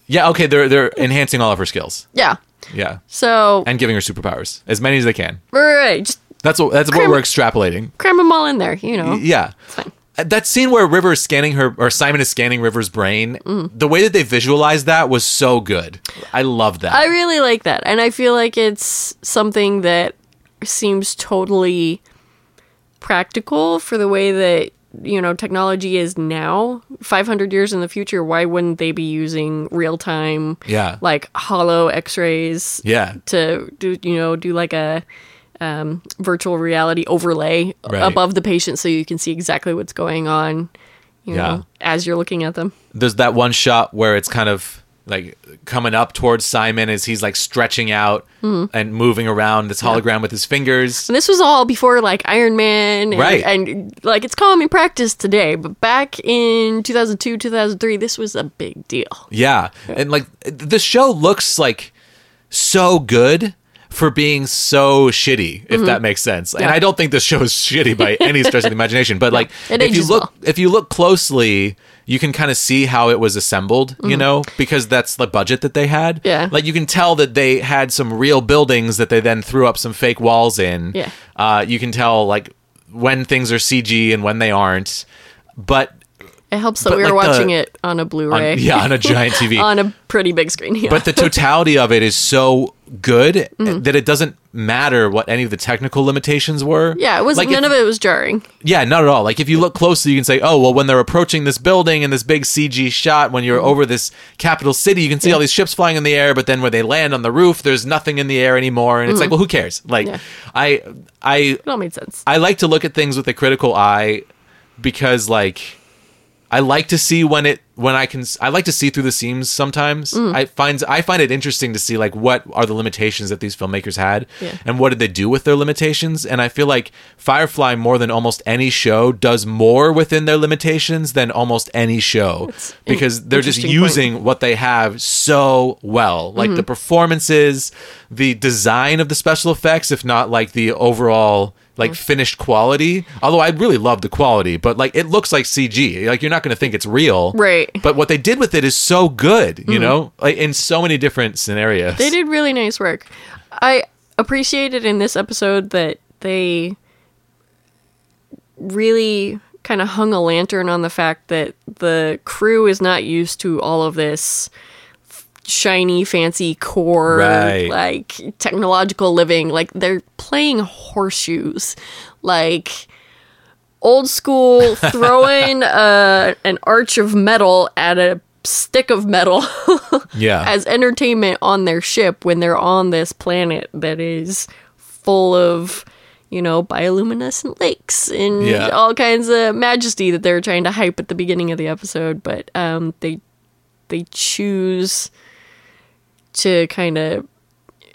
Yeah. Okay. They're they're enhancing all of her skills. Yeah. Yeah. So And giving her superpowers as many as they can. all right, just That's what that's what Crim- we're extrapolating. cram them all in there. You know. Yeah. Oh, fine. Uh, That scene where River is scanning her, or Simon is scanning River's brain, Mm. the way that they visualized that was so good. I love that. I really like that. And I feel like it's something that seems totally practical for the way that you know technology is now 500 years in the future why wouldn't they be using real time Yeah. like hollow x-rays Yeah. to do you know do like a um, virtual reality overlay Right. above the patient so you can see exactly what's going on you Yeah. know as you're looking at them there's that one shot where it's kind of like coming up towards Simon as he's like stretching out Mm. and moving around this hologram with his fingers. And this was all before like Iron Man, and, Right. And like it's common practice today, but back in 2002, 2003, this was a big deal. Yeah. And like the show looks like so good for being so shitty, if that makes sense. And Mm-hmm. Yeah. I don't think this show is shitty by any stretch of the imagination, but like it if you ages look well. if you look closely, you can kind of see how it was assembled, you know, because that's the budget that they had. Mm-hmm. Yeah. Like you can tell that they had some real buildings that they then threw up some fake walls in. Yeah. Uh, you can tell like when things are CG and when they aren't. But It helps that But, we were like, the- watching it on a on, Blu-ray, yeah, on a giant TV. on a pretty big screen. Yeah. Mm-hmm. but the totality of it is so good that it doesn't matter what any of the technical limitations were. yeah, it was like none if- of it was jarring. Yeah, not at all. Like if you look closely, you can say, "Oh, well, when they're approaching this building and this big CG shot, when Mm-hmm. you're over this capital city, you can see all these ships flying in the air. But then when they land on the roof, there's nothing in the air anymore, and it's like, well, who cares? Like, Mm-hmm. Yeah. I, I, It all made sense. I like to look at things with a critical eye because like I like to see when it when I can I like to see through the seams sometimes. Mm. I find I find it interesting to see like what are the limitations that these filmmakers had Yeah. and what did they do with their limitations? And I feel like Firefly more than almost any show does more within their limitations than almost any show That's an because they're just interesting point. using using what they have so well. Like Mm-hmm. the performances, the design of the special effects, if not like the overall like Mm-hmm. finished quality. Although I really love the quality, but like it looks like CG. Like you're not going to think it's real. Right. Mm-hmm. But what they did with it is so good, you know? Like in so many different scenarios. They did really nice work. I appreciated in this episode that they really kind of hung a lantern on the fact that the crew is not used to all of this f- shiny fancy core Right. like technological living like they're playing horseshoes like old school throwing uh, an arch of metal at a stick of metal Yeah. as entertainment on their ship when they're on this planet that is full of you know bioluminescent lakes and Yeah. all kinds of majesty that they're trying to hype at the beginning of the episode but um, they they choose to kind of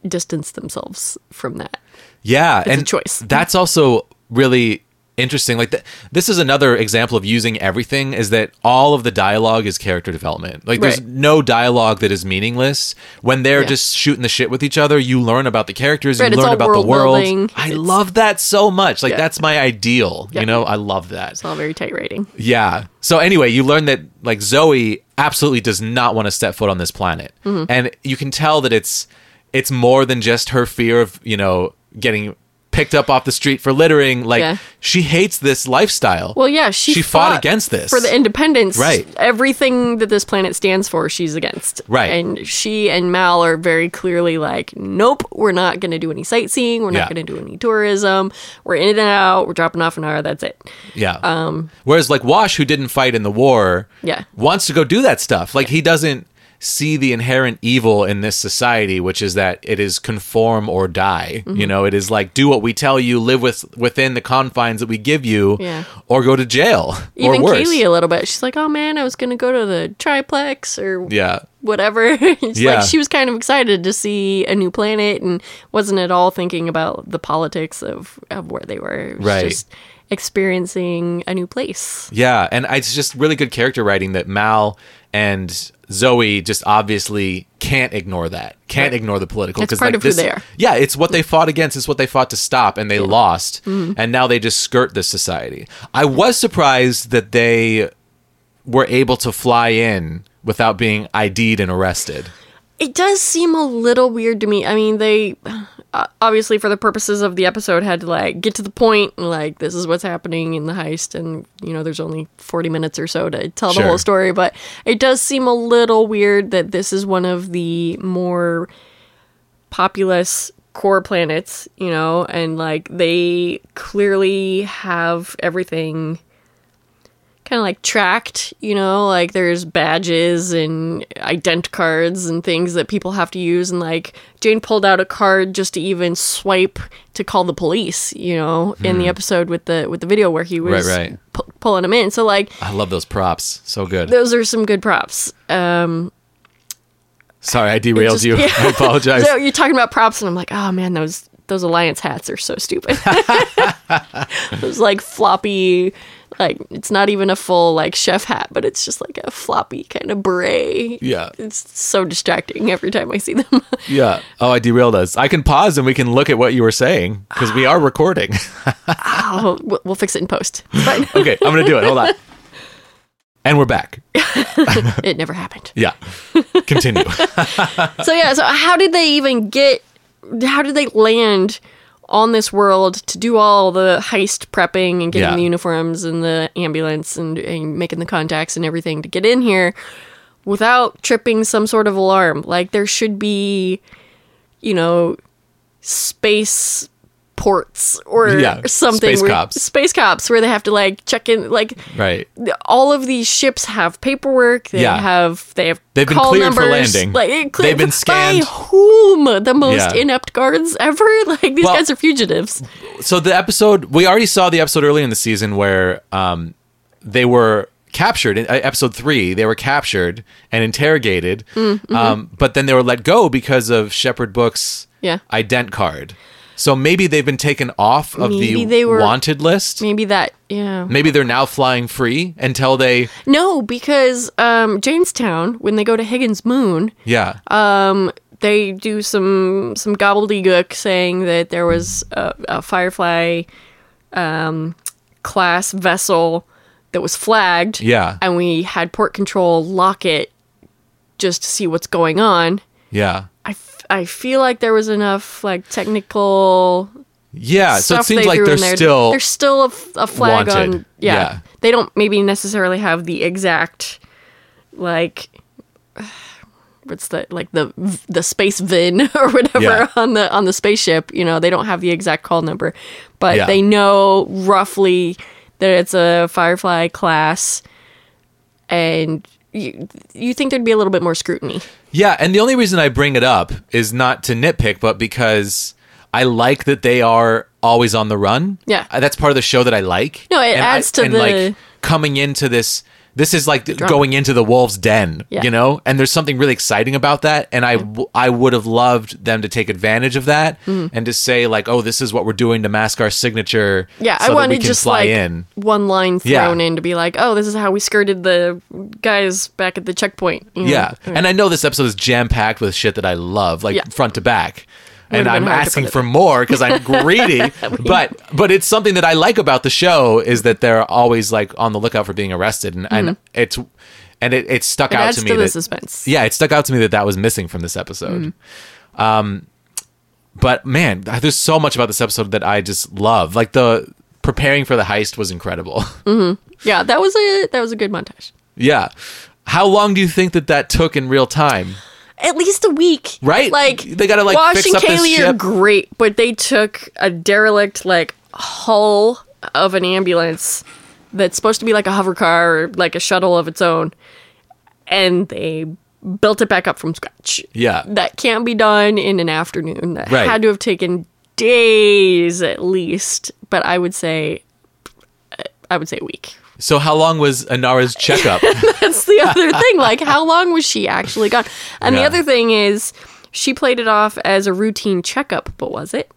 distance themselves from that Yeah, and a choice. That's also really interesting. Like th- this is another example of using everything is that all of the dialogue is character development. Like there's Right. no dialogue that is meaningless. When they're Yeah. just shooting the shit with each other, you learn about the characters, Right, it's you learn all about world the world. building. I It's- love that so much. Like Yeah. that's my ideal. You Yeah. know, I love that. it's all very tight rating Yeah. So anyway, you learn that like Zoe absolutely does not want to step foot on this planet, Mm-hmm. and you can tell that it's it's more than just her fear of you know getting picked up off the street for littering. Like Yeah. she hates this lifestyle. Well, yeah, she, She fought against this. for the independence. Right. everything that this planet stands for, she's against. Right. and she and Mal are very clearly like, nope, we're not going to do any sightseeing. We're Yeah. not going to do any tourism. We're in and out. We're dropping off an hour. That's it. Yeah. Whereas like Wash, who didn't fight in the war, Um, Yeah. wants to go do that stuff. Like he doesn't see the inherent evil in this society, which is that it is conform or die. You Mm-hmm. know, it is like do what we tell you, live with within the confines that we give you, Yeah. or go to jail Even or worse. Kaylee a little bit. She's like, oh man, I was going to go to the triplex or yeah. whatever. It's Yeah. Like she was kind of excited to see a new planet and wasn't at all thinking about the politics of, of where they were. It was Right. Just experiencing a new place. Yeah, and it's just really good character writing that Mal and Zoe just obviously can't ignore that. Can't ignore the political It's part of who this- they are. Yeah, it's what they fought against. It's what they fought to stop, and they lost. Mm-hmm. And now they just skirt this society. I was surprised that they were able to fly in without being ID'd and arrested. It does seem a little weird to me. I mean, they uh, obviously, for the purposes of the episode, had to like get to the point and like this is what's happening in the heist, and you know, there's only 40 minutes or so to tell the Sure. whole story. But it does seem a little weird that this is one of the more populous core planets, you know, and like they clearly have everything kind of like tracked, you know, like there's badges and ident cards and things that people have to use. And like Jane pulled out a card just to even swipe to call the police, you know, in the episode with the with the video where he was Hmm. Right, right. pu- pulling him in. So like I love those props. So good. those are some good props. Um, Sorry, I derailed just- you. yeah. I apologize. so you're talking about props, and I'm like, oh man, those those alliance hats are so stupid. those like floppy, like it's not even a full like chef hat, but it's just like a floppy kind of beret. Yeah. it's so distracting every time I see them. Yeah. Oh, I derailed us. I can pause and we can look at what you were saying because we are recording. oh, we'll, we'll fix it in post. It's fine. okay, I'm going to do it. Hold on. And we're back. it never happened. Yeah. Continue. So yeah, so how did they even get? How did they land on this world to do all the heist prepping and getting Yeah. the uniforms and the ambulance and, and making the contacts and everything to get in here without tripping some sort of alarm? Like there should be, you know, space ports or Yeah, something. space where- cops. Space cops where they have to like check in. Like right. the- all of these ships have paperwork. They Yeah. have they have They've been call cleared for numbers. landing. Like it- cleared They've been by scanned. whom? The most Yeah. inept guards ever. Like these Well- guys are fugitives. So the episode, we already saw the episode earlier in the season where um, they were captured in uh, episode three they were captured and interrogated Mm-hmm. um, but then they were let go because of shepherd books Yeah. ident card so maybe they've been taken off of the Maybe they were- wanted list Maybe that. Yeah. Maybe they're now flying free until they No, because um, Jamestown, when they go to Higgins Moon, yeah um, they do some some gobbledygook saying that there was a, a Firefly um, class vessel that was flagged. Yeah. and we had port control lock it just to see what's going on. yeah I, f- I feel like there was enough like technical yeah. Uh, So it stuff seems they like threw they're in there. still there's still a, f- a flag wanted. on yeah. Yeah. they don't maybe necessarily have the exact like what's the like the v- the space vin or whatever Yeah. on the on the spaceship you know they don't have the exact call number but Yeah. they know roughly that it's a firefly class and you, you think there'd be a little bit more scrutiny yeah. And the only reason I bring it up is not to nitpick, but because I like that they are always on the run. Yeah. Uh, that's part of the show that I like. No, it I- adds to and the- like coming into this. This is like going into the wolf's den, Yeah. you know, and there's something really exciting about that. And I, w- I would have loved them to take advantage of that Mm. and to say like, oh, this is what we're doing to mask our signature. Yeah, so I that we wanted can just fly like in. one line Yeah. thrown in to be like, oh, this is how we skirted the guys back at the checkpoint. you know? Yeah. And I know this episode is jam packed with shit that I love, like Mm. Yeah. front to back. And Would've been I'm hard to asking put it for more because I'm greedy. but but it's something that I like about the show is that they're always like on the lookout for being arrested, and, and it's and it, it stuck Mm-hmm. it out adds to to, me the that suspense. Mm. yeah, it stuck out to me that that was missing from this episode. Um, but man, th- there's so much about this episode that I just love. Like the preparing for the heist was incredible. Yeah, that was a that was a good montage. yeah, how long do you think that that took in real time? At least a week, Right? Like They gotta, like, Wash fix and up this Kaylee are ship. great, but they took a derelict like hull of an ambulance that's supposed to be like a hover car or like a shuttle of its own, and they built it back up from scratch. Yeah. that can't be done in an afternoon. That Right. had to have taken days at least, but I would say, I would say a week. So how long was Anara's checkup? That's the other thing. Like, how long was she actually gone? And the Yeah. other thing is, she played it off as a routine checkup, but was it?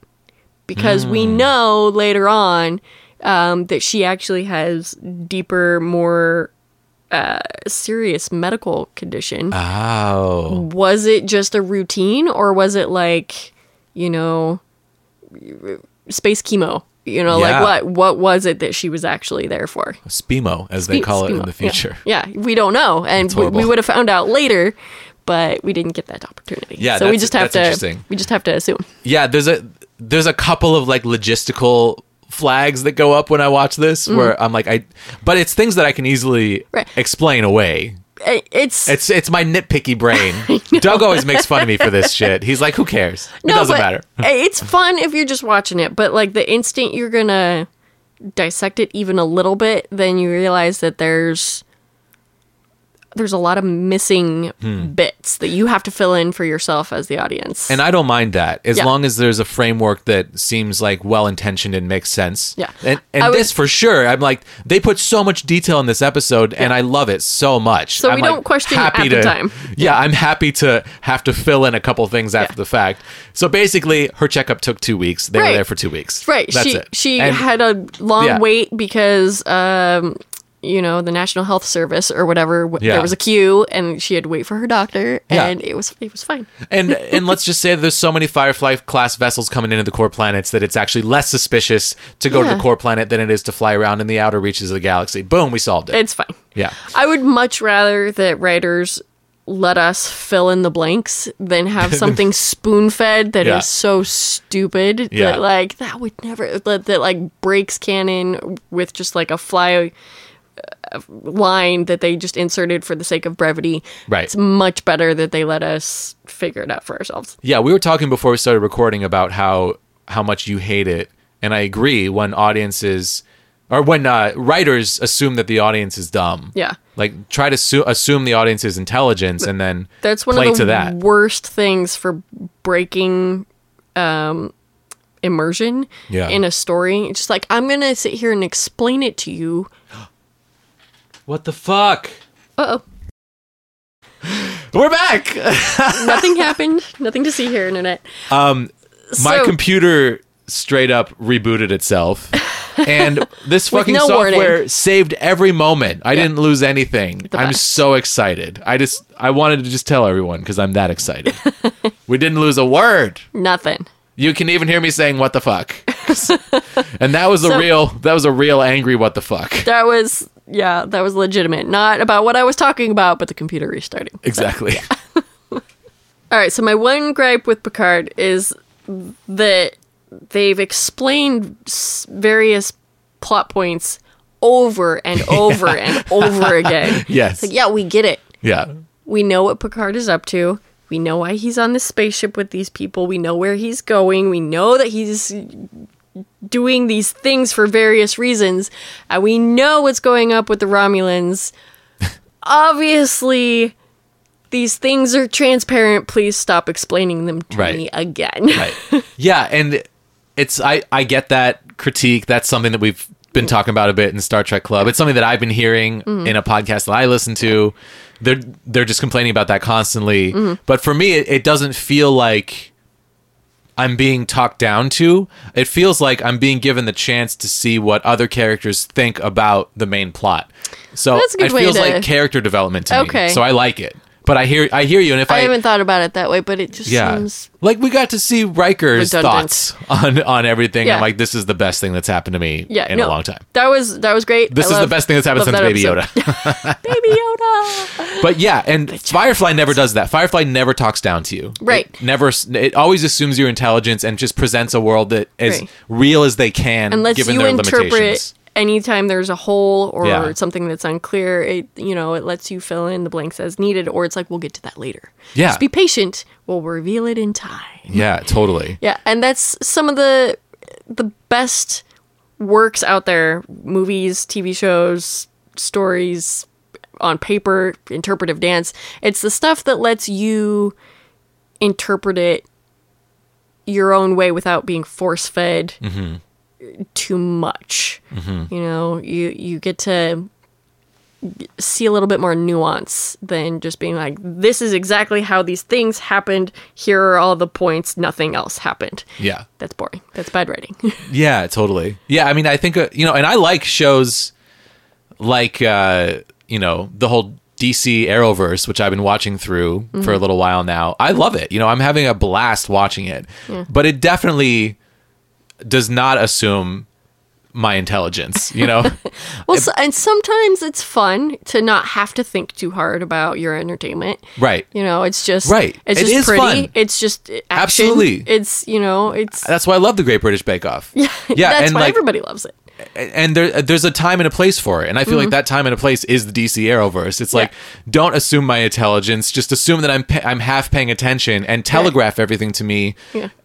Because we Hmm. know later on um, that she actually has deeper, more uh, serious medical condition oh. was it just a routine or was it like you know space chemo you know Yeah. like what what was it that she was actually there for Spimo, as they call it in Schemo, the yeah. future. yeah, we don't know and we, horrible. we would have found out later but we didn't get that opportunity Yeah, so we that's- just have that's to interesting. we just have to assume Yeah. there's a there's a couple of like logistical flags that go up when I watch this where I'm like I but it's things that I can easily Mm-hmm. Right. explain away. I- it's It's it's my nitpicky brain. Doug always makes fun of me for this shit. He's like, who cares? It doesn't but eh, matter. it's fun if you're just watching it, but like the instant you're gonna dissect it even a little bit, then you realize that there's there's a lot of missing bits that you have to fill in for yourself as the audience. Hmm. And I don't mind that as Yeah. long as there's a framework that seems like well intentioned and makes sense. Yeah. And, and I was- this for sure. I'm like, they put so much detail in this episode and I love it so much. So we I'm, don't like, question it happy at the to- time. Yeah, I'm happy to have to fill in a couple things after the fact. So basically, her checkup took two weeks. They were Right. there for two weeks. Right. That's she it. she And- had a long Yeah. wait because um you know the National Health Service or whatever w- Yeah. there was a queue and she had to wait for her doctor Yeah. and it was it was fine. and and let's just say there's so many Firefly class vessels coming into the core planets that it's actually less suspicious to go to Yeah. the core planet than it is to fly around in the outer reaches of the galaxy. Boom, we solved it. It's fine. yeah. I would much rather that writers let us fill in the blanks than have something spoon fed that is Yeah. so stupid Yeah. that like that would never that, that like breaks canon with just like a fly uh, line that they just inserted for the sake of brevity. Right. It's much better that they let us figure it out for ourselves. Yeah, we were talking before we started recording about how how much you hate it, and I agree. When audiences or when uh, writers assume that the audience is dumb, Yeah. like try to su- assume the audience is intelligent, and then That's one play of to the that. worst things for breaking um, immersion Yeah. in a story. It's just like I'm gonna sit here and explain it to you. what the fuck? Uh oh, We're back. nothing happened. Nothing to see here, internet. Um, My computer straight up rebooted itself. And this fucking no software warning. saved every moment. I didn't lose anything. I'm best. so excited. I just I wanted to just tell everyone because I'm that excited. we didn't lose a word. nothing. You can even hear me saying "what the fuck," and that was a So- real that was a real angry "what the fuck." That was yeah, that was legitimate. Not about what I was talking about, but the computer restarting. Exactly. All right, so my one gripe with Picard is that they've explained s- various plot points over and over and over again. Yes. It's like, yeah, we get it. Yeah. We know what Picard is up to. We know why he's on this spaceship with these people. We know where he's going. We know that he's doing these things for various reasons. And we know what's going up with the Romulans. Obviously, these things are transparent. Please stop explaining them to Right. me again. Right. yeah, and it's I I get that critique. That's something that we've been talking about a bit in Star Trek Club. It's something that I've been hearing Mm-hmm. in a podcast that I listen to. They're they're just complaining about that constantly. Mm-hmm. But for me, it, it doesn't feel like I'm being talked down to. It feels like I'm being given the chance to see what other characters think about the main plot. So That's a good it way feels to- like character development to Okay. me. So I like it. But I hear I hear you, and if I I, haven't thought about it that way, but it just yeah. seems Like we got to see Riker's Redundant. thoughts on on everything. Yeah. I'm like, this is the best thing that's happened to me yeah, in no, a long time. That was that was great. This I is the love- best thing that's happened love since that Baby episode. Yoda. Baby Yoda. but yeah, and Firefly never does that. Firefly never talks down to you. Right. It never it always assumes your intelligence and just presents a world that as Right. real as they can unless given you their interpret limitations. anytime there's a hole or Yeah. something that's unclear it you know it lets you fill in the blanks as needed or it's like we'll get to that later Yeah. just be patient we'll reveal it in time Yeah, totally. yeah and that's some of the the best works out there movies tv shows stories on paper interpretive dance it's the stuff that lets you interpret it your own way without being force fed too much. You know, you you get to see a little bit more nuance than just being like, this is exactly how these things happened. Here are all the points. Nothing else happened. Yeah. That's boring. That's bad writing. Yeah, totally. Yeah, I mean, I think uh, you know, and I like shows like uh, you know the whole DC Arrowverse, which I've been watching through for a little while now. I love it. You know, I'm having a blast watching it, but it definitely does not assume my intelligence. You know, well, so, and sometimes it's fun to not have to think too hard about your entertainment. right? You know, it's just Right. It's It just is pretty. fun. It's just action. Absolutely. It's you know, it's That's why I love the Great British Bake Off. Yeah, that's and why like everybody loves it. and there, there's a time and a place for it. And I Mm-hmm. feel like that time and a place is the DC Arrowverse. It's like, don't assume my intelligence. Just assume that I'm pa- I'm half paying attention and telegraph everything to me,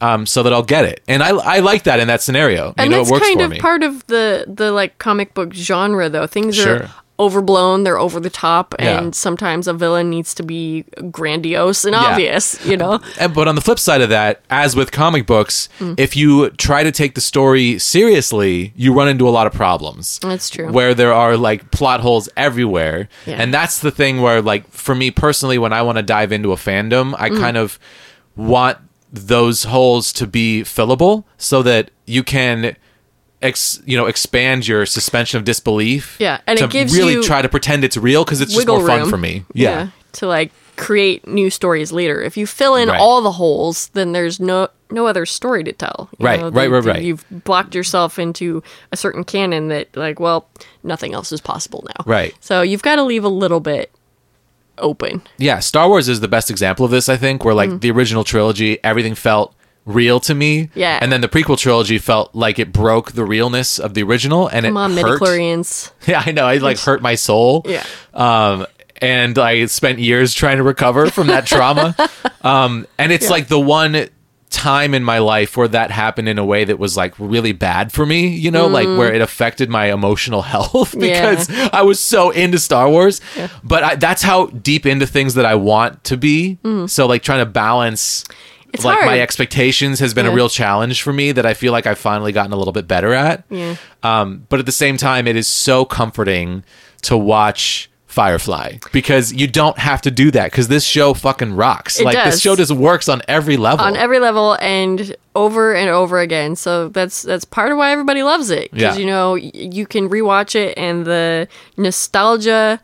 um, so that I'll get it. And I I like that in that scenario. You and know, that's it works kind for of me. part of the the like comic book genre though things Sure. are overblown they're over the top Yeah. and sometimes a villain needs to be grandiose and Yeah. obvious you know And, but on the flip side of that, as with comic books, Mm. if you try to take the story seriously, you run into a lot of problems. That's true. Where there are like plot holes everywhere. Yeah. And that's the thing where, like, for me personally, when I want to dive into a fandom, I Mm. kind of want those holes to be fillable so that you can. Ex, you know, expand your suspension of disbelief. Yeah, and it to gives really you try to pretend it's real because it's just wiggle more fun room for me. Yeah, to like create new stories later if you fill in Right. all the holes then there's no no other story to tell you Right, know, right, right, that- that right. you've blocked yourself into a certain canon that like well nothing else is possible now Right. so you've got to leave a little bit open yeah, Star Wars is the best example of this, I think, where Mm. like the original trilogy, everything felt real to me. Yeah. And then the prequel trilogy felt like it broke the realness of the original and come it on hurt. midichlorians Yeah, I know. It like hurt my soul. Yeah. Um, and I spent years trying to recover from that trauma. um, and it's like the one time in my life where that happened in a way that was like really bad for me, you know, like where it affected my emotional health Mm. Yeah. because I was so into Star Wars. But I, that's how deep into things that I want to be. Mm. So like trying to balance. It's like my hard. expectations has been a Yeah. real challenge for me that I feel like I've finally gotten a little bit better at. Yeah. Um, but at the same time, it is so comforting to watch Firefly because you don't have to do that because this show fucking rocks. It like this does. show just works on every level. on every level and over and over again. So that's that's part of why everybody loves it because Yeah. you know y- you can rewatch it and the nostalgia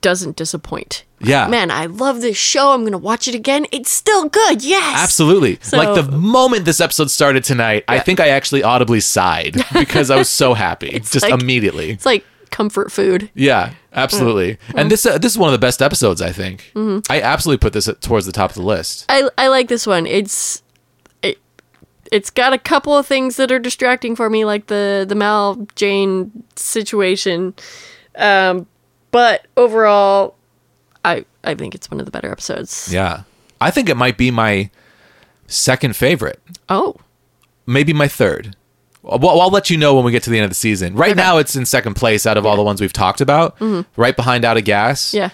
doesn't disappoint. Yeah. man, I love this show. I'm gonna watch it again. It's still good. Yes, Absolutely. So- like the moment this episode started tonight, I think I actually audibly sighed because I was so happy just like- immediately. It's like comfort food. Yeah, absolutely. And this uh, this is one of the best episodes, I think. Mm-hmm. I absolutely put this at, towards the top of the list. I I like this one. It's it it's got a couple of things that are distracting for me, like the the Mal Jane situation. Um, but overall, I I think it's one of the better episodes. Yeah. I think it might be my second favorite. Oh, maybe my third. Well, I'll let you know when we get to the end of the season. Right now, it's in second place out of all the ones we've talked about, right behind Out of Gas. Mm-hmm. yeah,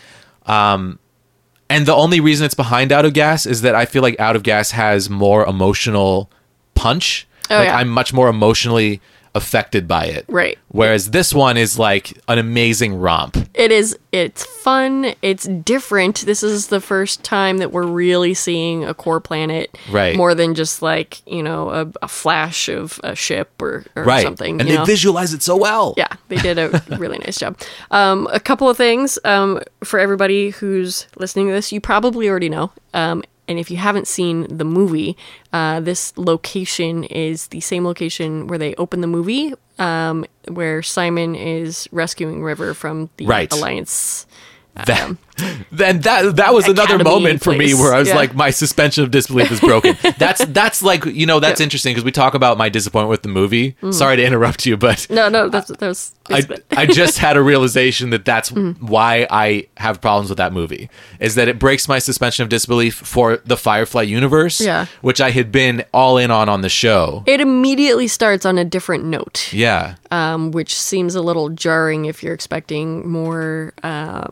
And the only reason it's behind Out of Gas is that I feel like Out of Gas has more emotional punch. Oh, like yeah. I'm much more emotionally affected by it. Right. Whereas this one is like an amazing romp. it is. It's fun. It's different. This is the first time that we're really seeing a core planet, Right. More than just like you know a, a flash of a ship or, or Right. something. and you they know? visualize it so well. yeah, they did a really nice job. Um, a couple of things um, for everybody who's listening to this, you probably already know. Um, and if you haven't seen the movie, uh, this location is the same location where they open the movie, um, where Simon is rescuing River from the Right. Alliance. That, then that that was another Academy moment for me place. where I was Yeah. like, my suspension of disbelief is broken. that's that's like you know that's interesting because we talk about my disappointment with the movie. Sorry to interrupt you, but Mm. No, no, that's, that was. I I just had a realization that that's Mm. why I have problems with that movie is that it breaks my suspension of disbelief for the Firefly universe, Yeah. which I had been all in on on the show. it immediately starts on a different note. Yeah, um, which seems a little jarring if you're expecting more uh,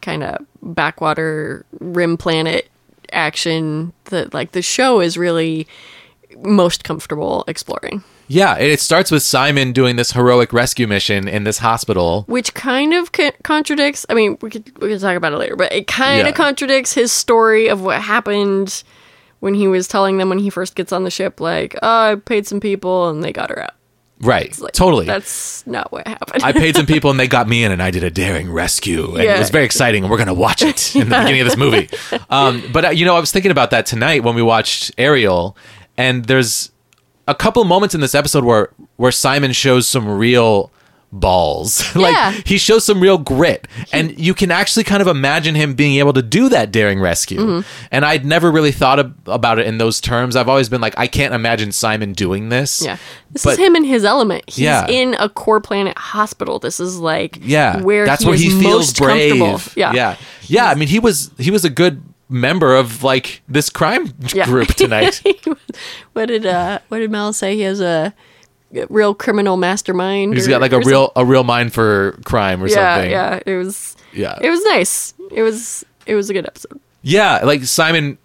kind of backwater rim planet action that like the show is really most comfortable exploring yeah. It, it starts with Simon doing this heroic rescue mission in this hospital. which kind of co- contradicts i mean we could we could talk about it later but it kind of Yeah. contradicts his story of what happened when he was telling them when he first gets on the ship like oh i paid some people and they got her out Right, like, totally. that's not what happened I paid some people and they got me in and I did a daring rescue and it Yeah. was very exciting and we're gonna watch it in the beginning of this movie. Um, but uh, you know, I was thinking about that tonight when we watched Ariel, and there's a couple moments in this episode where where Simon shows some real balls. like Yeah. he shows some real grit, and you can actually kind of imagine him being able to do that daring rescue. Mm-hmm. And I'd never really thought ab- about it in those terms. I've always been like, I can't imagine Simon doing this. Yeah. This But- is him in his element. He's Yeah. in a core planet hospital. This is like yeah where that's he where is he feels most comfortable. brave Yeah. yeah yeah i mean he was he was a good member of like this crime Yeah. group tonight what did uh what did Mel say? He has a real criminal mastermind. he's or- got like a or real a real mind for crime or some- Yeah, something yeah. It was Yeah. It was nice. It was it was a good episode. Yeah, like simon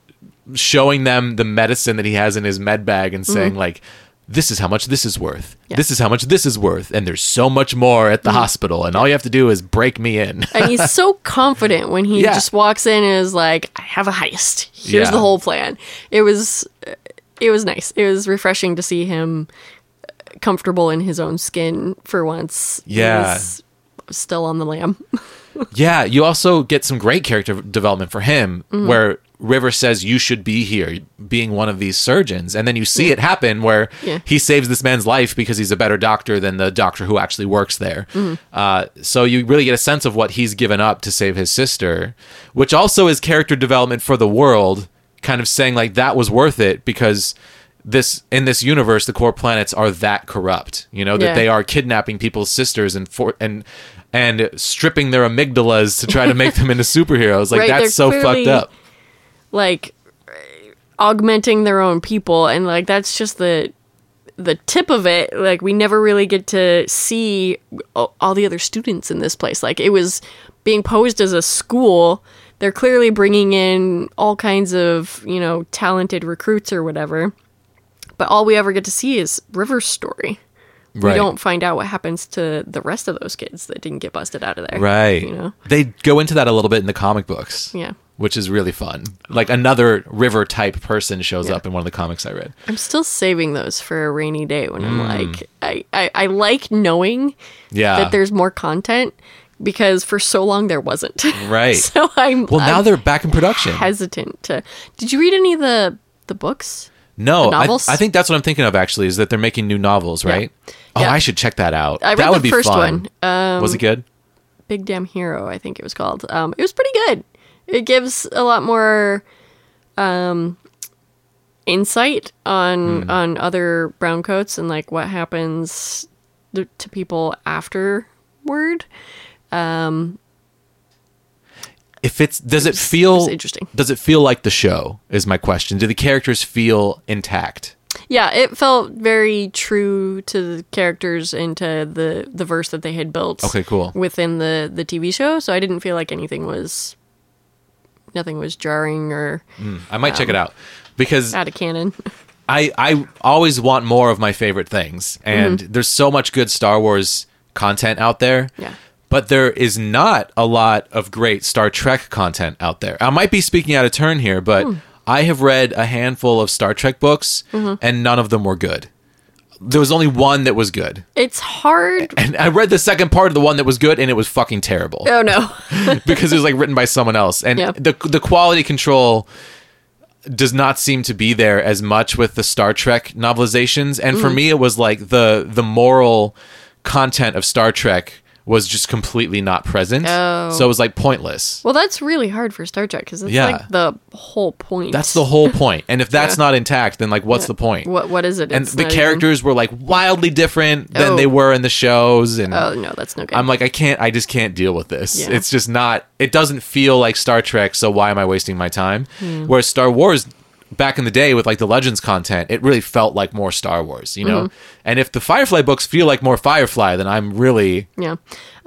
showing them the medicine that he has in his med bag and saying like this is how much this is worth Mm-hmm. Yeah. Mm-hmm. this is how much this is worth and there's so much more at the hospital and all you have to do is break me in And he's so confident when he Yeah. just walks in and is like, I have a heist. Here's Yeah. the whole plan. It was it was nice. It was refreshing to see him comfortable in his own skin for once. He Yeah. was still on the lam. Yeah, you also get some great character development for him Mm-hmm. where River says you should be here being one of these surgeons and then you see it happen where Yeah. he saves this man's life because he's a better doctor than the doctor who actually works there. Mm-hmm. Uh, so you really get a sense of what he's given up to save his sister, which also is character development for the world, kind of saying like that was worth it because this in this universe the core planets are that corrupt, you know, that Yeah. they are are kidnapping people's sisters and for and and stripping their amygdalas to try to make them into superheroes. Like Right, they're that's so clearly- fucked up. Like augmenting their own people and like that's just the the tip of it like we never really get to see all all the other students in this place like it was being posed as a school they're clearly bringing in all kinds of you know talented recruits or whatever but all we ever get to see is river's story Right. we don't find out what happens to the rest of those kids that didn't get busted out of there right. you know They go into that a little bit in the comic books. Yeah. Which is really fun. Like another river type person shows up in one of the comics I read. I'm still saving those for a rainy day when I'm like, I, I, I like knowing Mm. Yeah. that there's more content because for so long there wasn't. Right. so I'm well, now I'm they're back in production. hesitant to. Did you read any of the the books? no, the I, novels? I think that's what I'm thinking of actually is that they're making new novels, right? Oh, Yeah. I should check that out. I read that the would be first fun. one. Um, Was it good? Big Damn Hero, I think it was called. Um, it was pretty good. It gives a lot more um, insight on Mm. on other browncoats and like what happens th- to people afterward. if it's does it was- feel it was interesting. does it feel like the show is my question do the characters feel intact Yeah, it felt very true to the characters and to the the verse that they had built. Okay, cool. Within the the TV show, so I didn't feel like anything was nothing was jarring or i might check it Um, out because out of canon. I, I always want more of my favorite things Mm-hmm. and there's so much good star wars content out there Yeah. but there is not a lot of great star trek content out there i might be speaking out of turn here Hmm. but i have read a handful of star trek books Mm-hmm. and none of them were good there was only one that was good It's hard. and i read the second part of the one that was good and it was fucking terrible Oh no. because it was like written by someone else, and Yeah. the the quality control does not seem to be there as much with the Star Trek novelizations. And Mm. for me, it was like the the moral content of Star Trek was just completely not present, Oh. so it was like pointless. Well, that's really hard for Star Trek because that's Yeah. like the whole point. That's the whole point, and if that's not intact, then like, what's the point? what what is it? and It's the not even- characters were like wildly different than Oh. they were in the shows, and oh no, that's no good. I'm like, I can't, I just can't deal with this. Yeah. It's just not, it doesn't feel like Star Trek, so why am I wasting my time? Hmm. Whereas Star Wars, back in the day with like the Legends content, it really felt like more Star Wars, you know? Mm-hmm. And if the Firefly books feel like more Firefly, then I'm really yeah,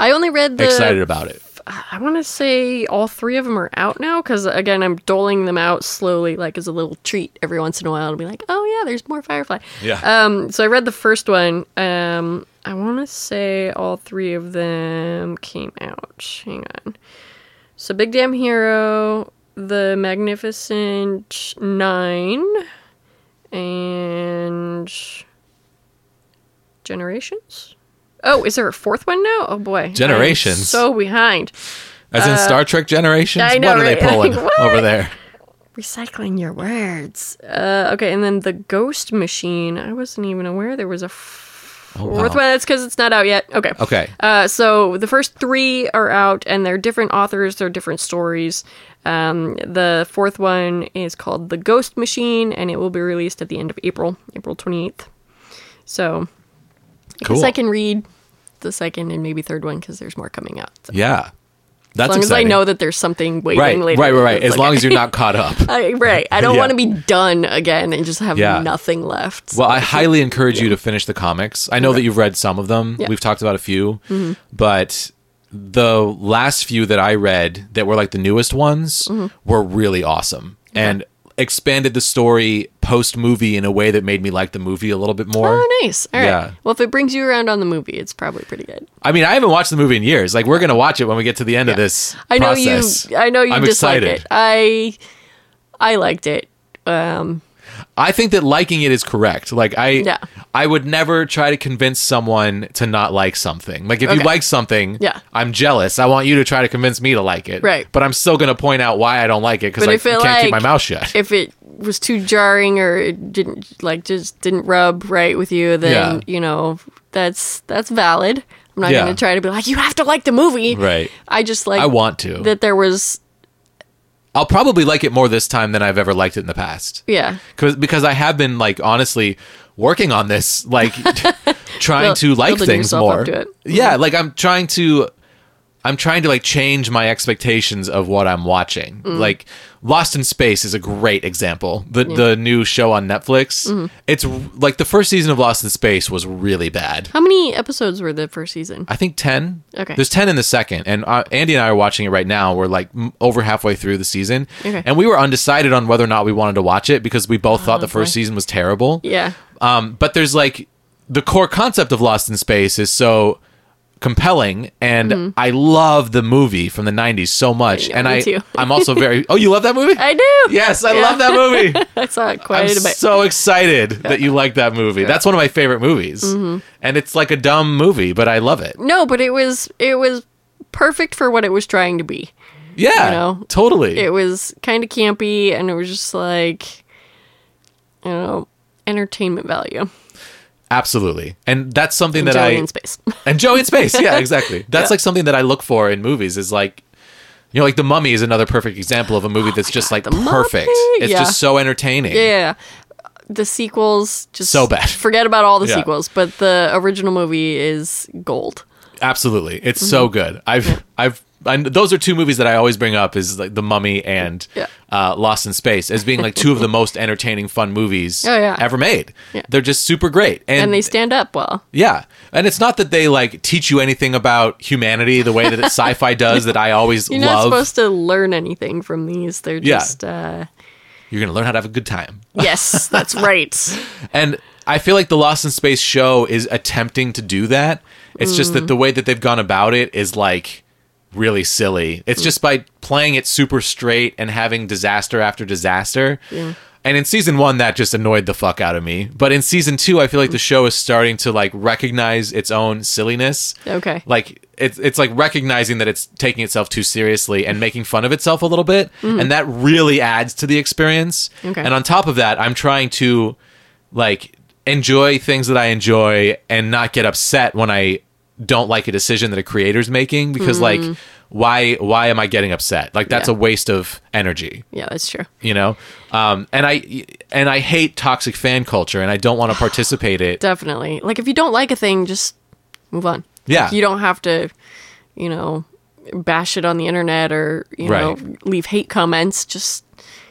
I only read the excited about it. I want to say all three of them are out now because again, I'm doling them out slowly, like as a little treat every once in a while to be like, oh yeah, there's more Firefly. Yeah. Um. So I read the first one. Um. I want to say all three of them came out. Hang on. So Big Damn Hero, The Magnificent Nine, and Generations. Oh, is there a fourth one now? Oh boy, I'm Generations. so behind. As in Star Trek Generations? uh, I know, what are they right? Like, pulling what? over there? Recycling your words. Uh, okay, and then the ghost machine. I wasn't even aware there was a f- Worth well, that's because it's not out yet. Okay. Oh, Okay. Uh, so the first three are out, and they're different authors. They're different stories. Um, the fourth one is called "The Ghost Machine," and it will be released at the end of April, April twenty eighth. So, I guess Cool. I can read the second and maybe third one because there's more coming out. So, Yeah. That's as long exciting. as I know that there's something waiting Right, right, later. right, right. it's As like- long as you're not caught up. I, right. I don't Yeah. want to be done again and just have Yeah. nothing left. Well, I highly encourage you to finish the comics. I know that you've read some of them. Yeah. Mm-hmm. We've talked about a few, but the last few that I read that were like the newest ones Mm-hmm. were really awesome and expanded the story post movie in a way that made me like the movie a little bit more. oh, nice. All right. Yeah. Well, if it brings you around on the movie, it's probably pretty good. I mean, I haven't watched the movie in years. Like, we're gonna watch it when we get to the end of this. I know process. you. I know you I'm dislike excited. it. I I liked it. Um, I think that liking it is correct. Like I Yeah. I would never try to convince someone to not like something. Like if you Okay. like something, Yeah. I'm jealous. I want you to try to convince me to like it. Right. But I'm still going to point out why I don't like it cuz But I if it, can't keep my like- mouth shut. if it was too jarring or it didn't like just didn't rub right with you, then Yeah. you know that's that's valid. I'm not Yeah. going to try to be like you have to like the movie. Right. I just like I want to. that there was I'll probably like it more this time than I've ever liked it in the past. yeah. Cuz because I have been like honestly working on this like trying Buil- to like building things yourself up more. to it. Yeah, like I'm trying to I'm trying to like change my expectations of what I'm watching. Mm. Like Lost in Space is a great example. The the new show on Netflix. Mm-hmm. It's r- like the first season of Lost in Space was really bad. How many episodes were the first season? I think 10. Okay. There's 10 in the second. And uh, Andy and I are watching it right now. We're like m- over halfway through the season. Okay. And we were undecided on whether or not we wanted to watch it because we both thought the first season was terrible. Oh, Yeah. Um, but there's like the core concept of Lost in Space is so compelling, and I love the movie from the '90s so much. Mm-hmm. know, and me I, too. I'm also very. Oh, you love that movie? I do. Yes, I Yeah. love that movie. I saw it quite I'm a bit. so excited that you like that movie. That's one of my favorite movies, Mm-hmm. and it's like a dumb movie, but I love it. no, but it was it was perfect for what it was trying to be. Yeah, You know, totally. it was kind of campy and it was just like you know entertainment value Absolutely, and that's something that I Joey in space and Joey in space. Yeah, exactly. That's like something that I look for in movies is like, you know, like The Mummy is another perfect example of a movie that's just like Oh The Mummy, perfect. It's yeah. just so entertaining. yeah the sequels just So bad. forget about all the Yeah. sequels but the original movie is gold Absolutely, it's Mm-hmm. so good. I've, I've, I, those are two movies that I always bring up is like The Mummy and Yeah. uh, Lost in Space as being like two of the most entertaining, fun movies Oh, yeah. ever made. Yeah. They're just super great, and, and they stand up well Yeah. And it's not that they like teach you anything about humanity the way that sci-fi does that I always you're not love. supposed to learn anything from these they're Yeah. just uh You're going to learn how to have a good time. yes that's right And I feel like the Lost in Space show is attempting to do that. It's just Mm. that the way that they've gone about it is like really silly. Mm. It's just by playing it super straight and having disaster after disaster. And in season one, that just annoyed the fuck out of me. But in season two, I feel Mm. like the show is starting to like recognize its own silliness. Okay. Like it's it's like recognizing that it's taking itself too seriously and making fun of itself a little bit, and that really adds to the experience. Mm-hmm. Okay. And on top of that, I'm trying to like enjoy things that I enjoy and not get upset when I don't like a decision that a creator's making because like why why am I getting upset? Like that's Mm. Yeah. a waste of energy, yeah that's true you know? Um and I and I hate toxic fan culture and I don't want to participate it. definitely like if you don't like a thing just move on Yeah. Like, you don't have to you know bash it on the internet or you know Right. leave hate comments just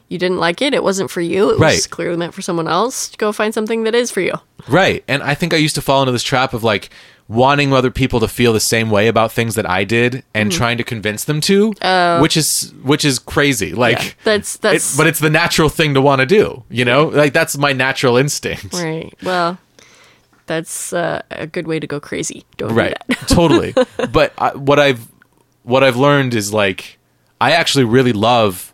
you didn't like it it wasn't for you it was Right. clearly meant for someone else go find something that is for you Right. And I think I used to fall into this trap of like wanting other people to feel the same way about things that I did and trying to convince them to, which is which is crazy. Like that's that's it, but it's the natural thing to want to do, you know? Like that's my natural instinct. right well that's uh, a good way to go crazy don't Right. do that totally. But I, what I've what I've learned is like I actually really love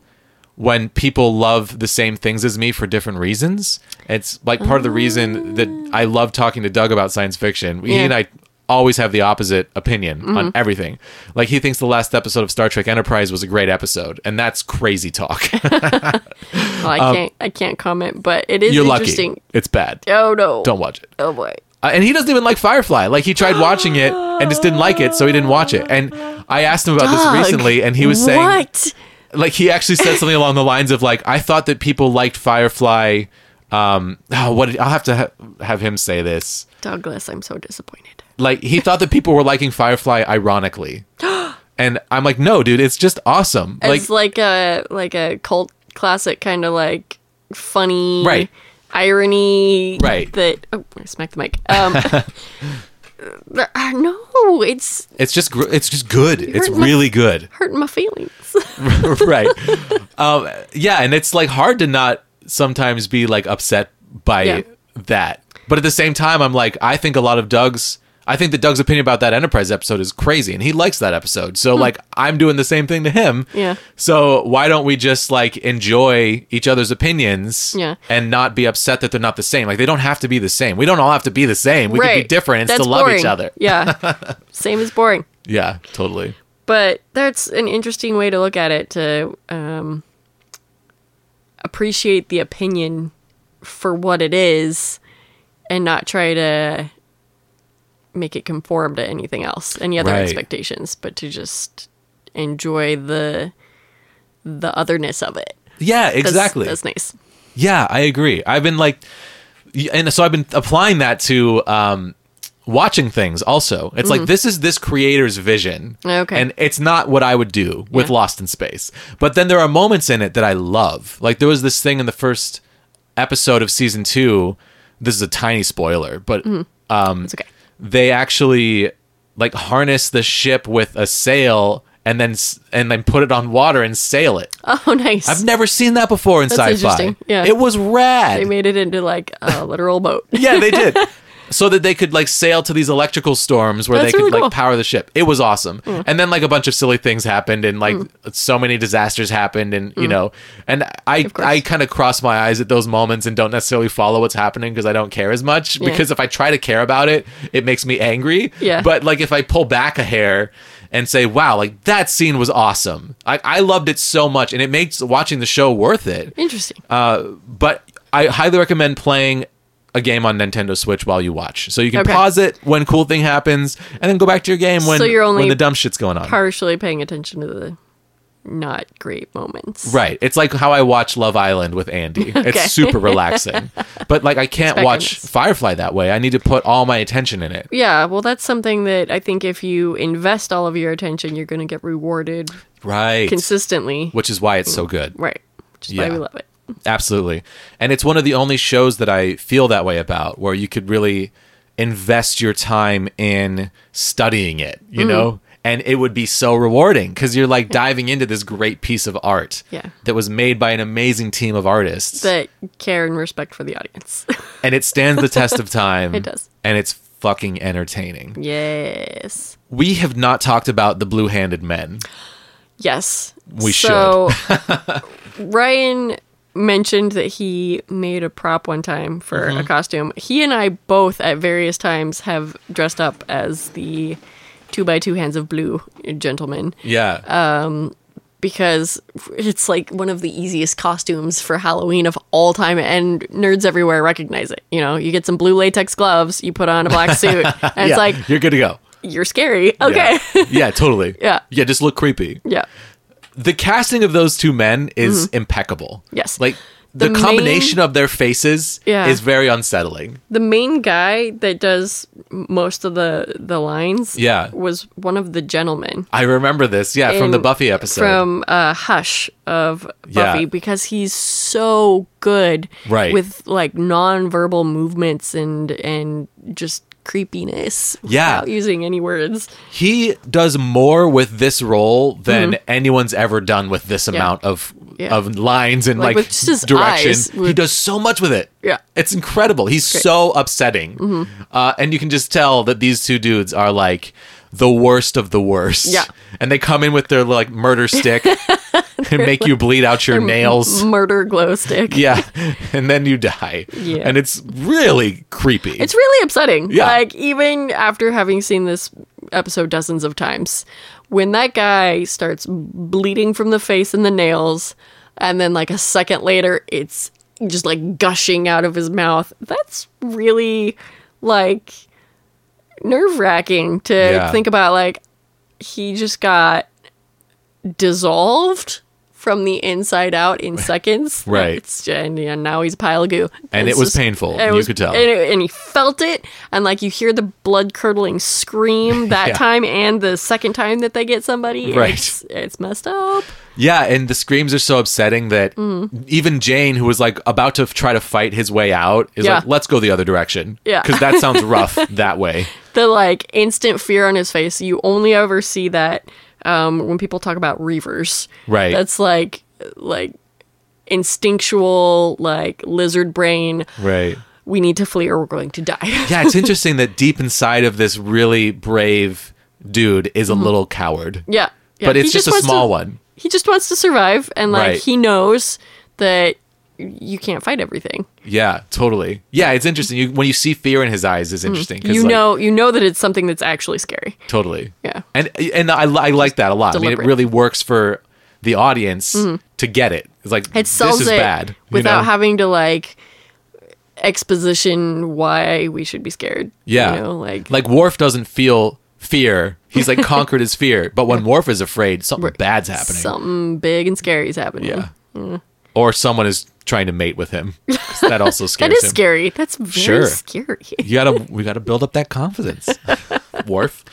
when people love the same things as me for different reasons. It's like part of the reason that I love talking to Doug about science fiction. He Ah. Yeah. Mm-hmm. and I always have the opposite opinion on everything. Like he thinks the last episode of Star Trek Enterprise was a great episode, and that's crazy talk. well, i can't i can't comment but it is Um, You're lucky. interesting It's bad. oh no Don't watch it. oh boy Uh, and he doesn't even like Firefly. Like he tried watching it and just didn't like it, so he didn't watch it. And I asked him about Ugh. this recently, and he was saying What? like he actually said something along the lines of like I thought that people liked Firefly. Um, oh, what did, I'll have to ha- have him say this. Douglas, I'm so disappointed. Like he thought that people were liking Firefly ironically, and I'm like, no, dude, it's just awesome. it's like a like a cult classic kind of like funny Right. irony Right. that oh I smacked the mic. Um uh, no, it's it's just gr- it's just good. It's heard my- really good. hurting my feelings. right. Um, yeah, and it's like hard to not sometimes be like upset by Yeah. that. But at the same time, I'm like, I think a lot of Doug's, I think that Doug's opinion about that Enterprise episode is crazy, and he likes that episode. So like, I'm doing the same thing to him. Hmm. Yeah. So why don't we just like enjoy each other's opinions? Yeah. And not be upset that they're not the same. Like they don't have to be the same. We don't all have to be the same. We right. could be different and That's still love each boring. other. Yeah. Same as boring. Yeah. Totally. but that's an interesting way to look at it to um, appreciate the opinion for what it is and not try to make it conform to anything else any other Right. expectations but to just enjoy the the otherness of it Yeah. That's- Exactly. that's nice Yeah, I agree. I've been like, y- and so I've been applying that to um, watching things. Also, it's like this is this creator's vision, Mm. Okay. and it's not what I would do with Yeah. Lost in Space. But then there are moments in it that I love. Like there was this thing in the first episode of season two. This is a tiny spoiler, but Mm-hmm. um, it's okay they actually like harness the ship with a sail and then s- and then put it on water and sail it. oh nice I've never seen that before in That's sci-fi. interesting. Yeah. It was rad. they made it into like a literal boat Yeah, they did. So that they could like sail to these electrical storms where That's they could really like cool. Mm. power the ship. It was awesome. And then like a bunch of silly things happened and like so many disasters happened and you know and I Mm. course. I kind of cross my eyes at those moments and don't necessarily follow what's happening because I don't care as much Yeah. because if I try to care about it, it makes me angry. Yeah. But like if I pull back a hair and say, "Wow, like that scene was awesome." I I loved it so much and it makes watching the show worth it interesting Uh, but I highly recommend playing a game on Nintendo Switch while you watch. So you can Okay. pause it when cool thing happens and then go back to your game when, So you're only when the dumb shit's going on. partially paying attention to the not great moments right. It's like how I watch Love Island with Andy. Okay. It's super relaxing. but like I can't Expecting watch this. Firefly that way. I need to put all my attention in it. Yeah, well, that's something that I think if you invest all of your attention, you're going to get rewarded Right. consistently. Which is why it's so good. right. Which is Yeah. why we love it. Absolutely. And it's one of the only shows that I feel that way about where you could really invest your time in studying it, Mm-hmm. you know? And it would be so rewarding because you're like diving into this great piece of art Yeah. that was made by an amazing team of artists. That care and respect for the audience. and it stands the test of time. It does. And it's fucking entertaining. yes. We have not talked about the blue handed men. Yes. We so, Ryan mentioned that he made a prop one time for Mm-hmm. a costume. He and I both, at various times, have dressed up as the two by two hands of blue gentleman. Yeah. Uh, because it's like one of the easiest costumes for Halloween of all time, and nerds everywhere recognize it. You know, you get some blue latex gloves, you put on a black suit, and it's like you're good to go. you're scary. Okay, Yeah, yeah totally. Yeah. Yeah, just look creepy. yeah, the casting of those two men is impeccable. Mm-hmm. Yes. Like the, The main- combination of their faces Yeah. is very unsettling. the main guy that does most of the the lines, Yeah. was one of the gentlemen. I remember this, yeah, from the in- Buffy episode. from uh, Hush of Buffy Yeah. because he's so good Right. with like nonverbal movements and and just creepiness Yeah. without using any words. he does more with this role than anyone's ever done with this amount of Mm-hmm. Yeah. of lines and like, Like, with just his direction. eyes He would- does so much with it. Yeah. Mm-hmm. it's incredible. He's so upsetting, uh, and you can just tell that these two dudes are like the worst of the worst. Yeah. and they come in with their like murder stick and make you bleed out your nails. Murder glow stick. yeah and then you die Yeah. and it's really creepy It's really upsetting. Yeah. Like even after having seen this episode dozens of times, when that guy starts bleeding from the face and the nails, and then like a second later, it's just like gushing out of his mouth. That's really like nerve wracking to Yeah. think about. Like, he just got dissolved from the inside out in seconds. Right. It's, and, yeah, now he's a pile of goo. And It's it was painful. it You could tell. And, it- and he felt it. And, like, you hear the blood curdling scream that Yeah. time and the second time that they get somebody. Right. It's, it's messed up. Yeah, and the screams are so upsetting that even Jane, who was like about to f- try to fight his way out, is Yeah. like, "Let's go the other direction." Yeah. because that sounds rough that way. the like instant fear on his face. You only ever see that um, when people talk about reavers. Right. That's like like instinctual like lizard brain. Right. We need to flee or we're going to die. Yeah, it's interesting that deep inside of this really brave dude is a little coward. Mm-hmm. yeah. yeah. But He it's just, a wants small to- one. He just wants to survive, and like Right. he knows that you can't fight everything. Yeah, totally. Yeah, it's interesting. You, when you see fear in his eyes, is interesting. 'cause, Mm-hmm. You like, know, you know that it's something that's actually scary. Totally. Yeah. And and I, li- I like that a lot. I mean, deliberate. Mm-hmm. it really works for the audience to get it. It's like It sells this is it bad you without know? having to like exposition why we should be scared. Yeah. you know, like, like Worf doesn't feel fear. He's like conquered his fear. But when Worf is afraid, something bad's happening. something big and scary is happening. Yeah. Or someone is trying to mate with him. That also scares Mm. that is him. scary. That's very Sure. scary. You gotta we gotta build up that confidence. Worf.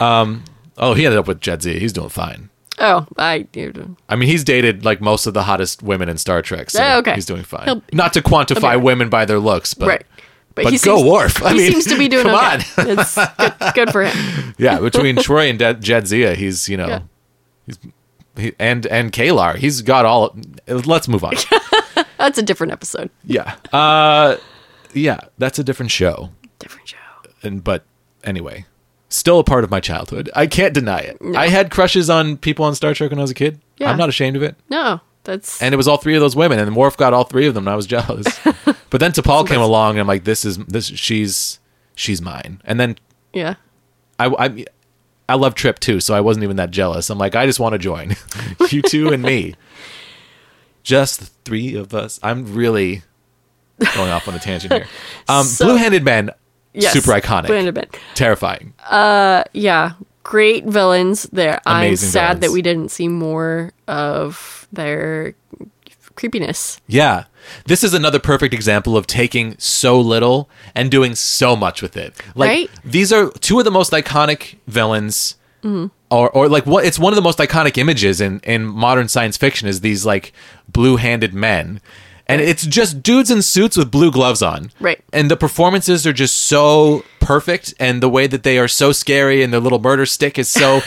Um oh he ended up with Jet Z. He's doing fine. Oh, I dude, I mean, he's dated like most of the hottest women in Star Trek, so Oh, okay. he's doing fine. He'll- Not to quantify women by their looks, but right. but go Worf. I he mean, seems to be doing come okay. It's good, good for him. yeah, between Troy and De- Jadzia, he's you know, Yeah. he's he, and and Kalar, he's got all. Let's move on. That's a different episode, yeah, uh, yeah, that's a different show, different show. and but anyway, still a part of my childhood. I can't deny it. I had crushes on people on Star Trek when I was a kid. Yeah. I'm not ashamed of it. No, that's and it was all three of those women, and Worf got all three of them, and I was jealous. but then T'Pol came along, and I'm like, this is this she's she's mine. And then yeah. I I, I love Trip too, so I wasn't even that jealous. I'm like, I just want to join you two and me, just the three of us. I'm really going off on a tangent here. Um, So- Blue-handed men, Yes. super iconic, Wait a minute. terrifying. yeah, great villains there. I'm Amazing sad villains. that we didn't see more of their creepiness. Yeah. This is another perfect example of taking so little and doing so much with it. Like Right? these are two of the most iconic villains Mm-hmm. or or like what it's one of the most iconic images in in modern science fiction is these like blue-handed men. And it's just dudes in suits with blue gloves on. Right. And the performances are just so perfect and the way that they are so scary and their little murder stick is so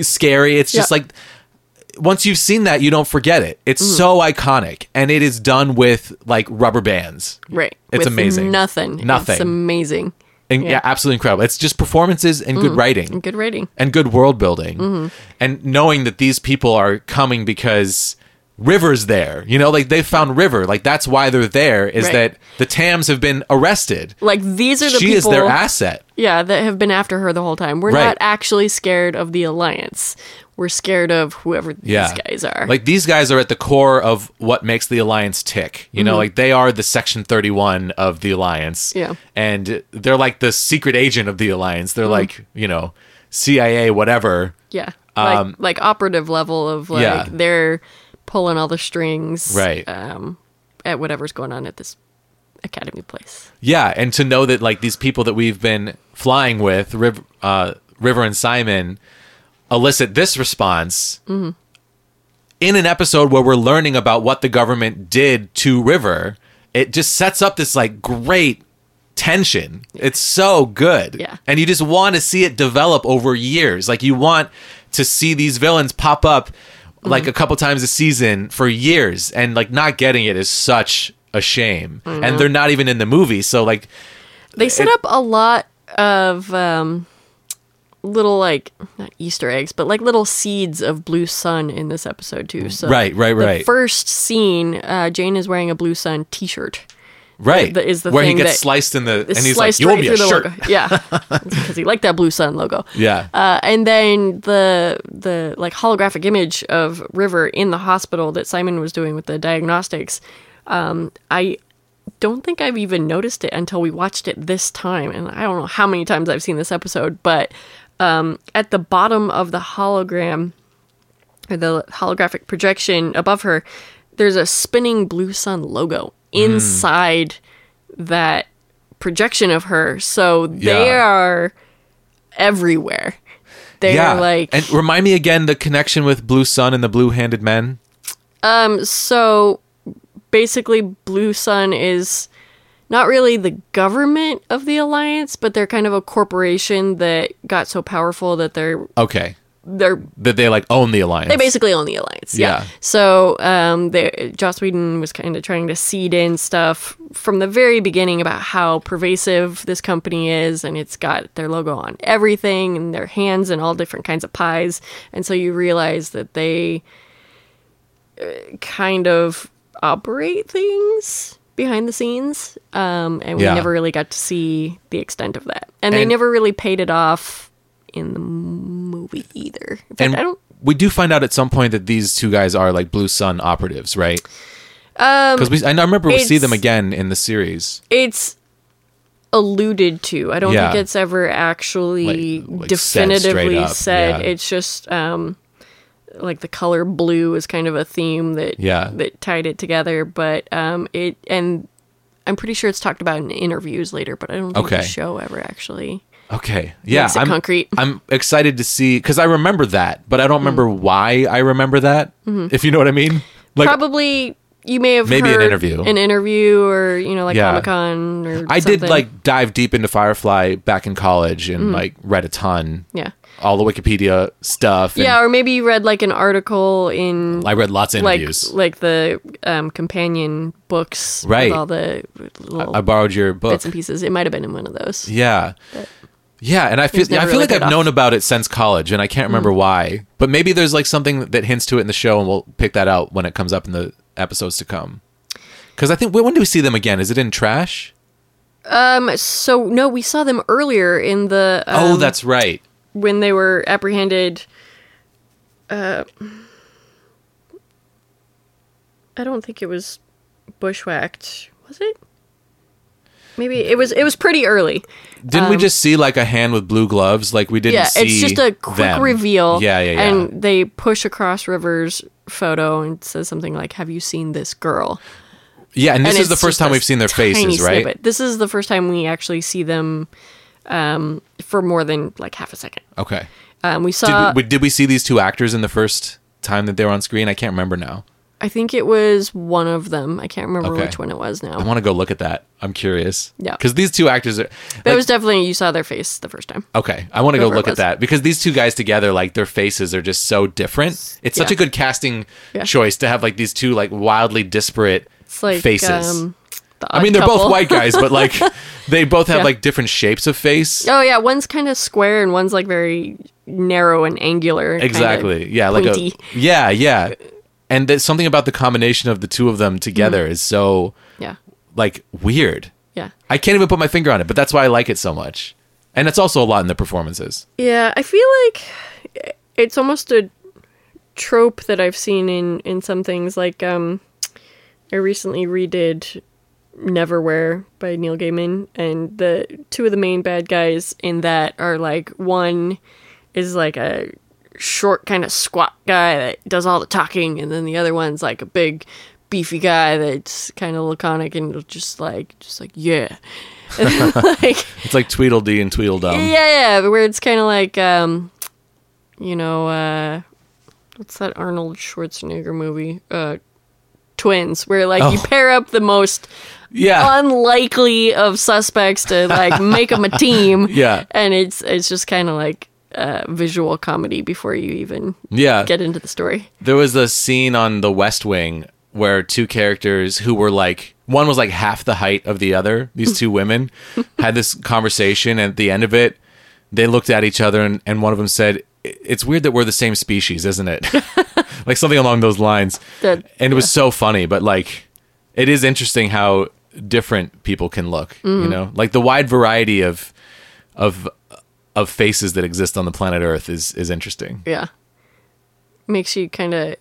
scary. It's just Yeah. Mm. like once you've seen that, you don't forget it. It's so iconic, and it is done with like rubber bands. Right. It's amazing. Nothing. Nothing. It's amazing. And yeah. absolutely incredible. It's just performances and good writing Mm. Good Mm-hmm. rating. and good world building, and knowing that these people are coming because River's there. You know, like they found River. Like that's why they're there. Is Right. that the Tams have been arrested? Like these are the she people is their asset. Yeah, that have been after her the whole time. We're Right. not actually scared of the alliance. We're scared of whoever these yeah. guys are. Like these guys are at the core of what makes the alliance tick. You know, like they are the section 31 of the alliance. Mm-hmm. Yeah. Mm. And they're like the secret agent of the alliance. They're like, you know, CIA whatever. yeah. Like, um, like operative level of like Yeah. they're pulling all the strings Right. um at whatever's going on at this academy place. Yeah, and to know that like these people that we've been flying with, Riv- uh, River and Simon, elicit this response in an episode where we're learning about what the government did to River. It just sets up this like great tension. It's so good, Yeah. and you just want to see it develop over years. Like you want to see these villains pop up like a Mm-hmm. couple times a season for years, and like not getting it is such a shame. Mm-hmm. And they're not even in the movie, so like They set up a lot of um, little like not Easter eggs, but like little seeds of blue sun in this episode too. So Right, right, the right. First scene, uh, Jane is wearing a blue sun T-shirt. right that is the where he thing gets that- sliced in the and It's he's like sliced you owe right me through a the shirt. logo. Yeah, because he liked that blue sun logo. Yeah. Uh, and then the the like holographic image of River in the hospital that Simon was doing with the diagnostics. Um, I don't think I've even noticed it until we watched it this time. And I don't know how many times I've seen this episode, but um, at the bottom of the hologram, or the holographic projection above her, there's a spinning blue sun logo Hmm. inside that projection of her. So they Yeah. are everywhere. They are like and remind me again the connection with Blue Sun and the Blue Handed Men. um so basically Blue Sun is not really the government of the alliance, but they're kind of a corporation that got so powerful that they're Okay, they're that they like own the alliance. They basically own the alliance. Yeah. Yeah. So um, they, Joss Whedon was kind of trying to seed in stuff from the very beginning about how pervasive this company is, and it's got their logo on everything and their hands and all different kinds of pies, and so you realize that they uh, kind of operate things behind the scenes, um, and we Yeah. never really got to see the extent of that, and, they And- never really paid it off in the movie either. In fact, and I don't. we do find out at some point that these two guys are like Blue Sun operatives, right? Because we, I know- I remember we see Um, it's- them again in the series. it's alluded to. I don't Yeah. think it's ever actually Like- like said straight definitively up, said. yeah. It's just um, like the color blue is kind of a theme that Yeah. that tied it together. But um, it and I'm pretty sure it's talked about in interviews later, but I don't think Okay. the show ever actually. Okay, yeah, Makes it I'm concrete. Hmm. I'm excited to see because I remember that, but I don't remember why I remember that. If you know what I mean, like Mm-hmm. Probably you may have Maybe an heard interview. an interview, or you know, like Yeah. Comic Con, or I did something. Mm. like dive deep into Firefly back in college and like read a ton. yeah, All the Wikipedia stuff. and yeah, or maybe you read like an article in I read lots of like interviews. like the um, companion books, with Right. all the little I borrowed your book. bits and pieces. It might have been in one of those. Yeah. Yeah, and I feel was yeah, I never feel really like I've paid off. Mm. known about it since college, and I can't remember why. But maybe there's like something that hints to it in the show, and we'll pick that out when it comes up in the episodes to come. Because I think when when do we see them again? Is it in Trash? Um, so no, we saw them earlier in the um, oh, that's right. when they were apprehended. Uh, I don't think it was bushwhacked, was it? Maybe it was. It was pretty early. Didn't we just see like a hand with blue gloves? Like we didn't. um, Yeah, see it's just a quick them. reveal. Yeah, yeah, yeah. And they push across River's photo and says something like, "Have you seen this girl?" yeah, and this And is the it's first just time a we've seen their tiny faces, right? snippet. This is the first time we actually see them um, for more than like half a second. Okay. Um, we Did, saw. we, did we see these two actors in the first time that they were on screen? I can't remember now. I think it was one of them. I can't remember Okay. which one it was now. I want to go look at that. I'm curious. Yeah. Because these two actors are. but it like- was definitely you saw their face the first time. Okay, I want to go Whoever it look at was. that because these two guys together, like their faces are just so different. It's such Yeah. a good casting Yeah. choice to have like these two like wildly disparate It's like faces. Um, the I mean, Odd they're both Couple. white guys, but like they both have Yeah. like different shapes of face. Oh yeah, one's kind of square and one's like very narrow and angular. kinda exactly. yeah, like pointy. a yeah, yeah. And there's something about the combination of the two of them together is so yeah, like weird. yeah. I can't even put my finger on it, but that's why I like it so much. And it's also a lot in the performances. Yeah, I feel like it's almost a trope that I've seen in in some things. Like, um, I recently redid Neverwhere by Neil Gaiman, and the two of the main bad guys in that are like one is like a short kind of squat guy that does all the talking, and then the other one's like a big beefy guy that's kind of laconic and just like just like yeah like It's like Tweedledee and Tweedledum. yeah, yeah, where it's kind of like, um, you know, uh, what's that Arnold Schwarzenegger movie? Uh, Twins, where like you Oh. Ah. pair up the most yeah. unlikely of suspects to like make them a team. Yeah. and it's it's just kind of like uh, visual comedy before you even yeah. get into the story. There was a scene on The West Wing where two characters who were like one was like half the height of the other, these two women had this conversation and at the end of it they looked at each other and, and one of them said "I- it's weird that we're the same species, isn't it? like something along those lines. That- and it was so funny, but like it is interesting how different people can look, you know? Like the wide variety of of of faces that exist on the planet Earth is is interesting. Yeah, makes you kind of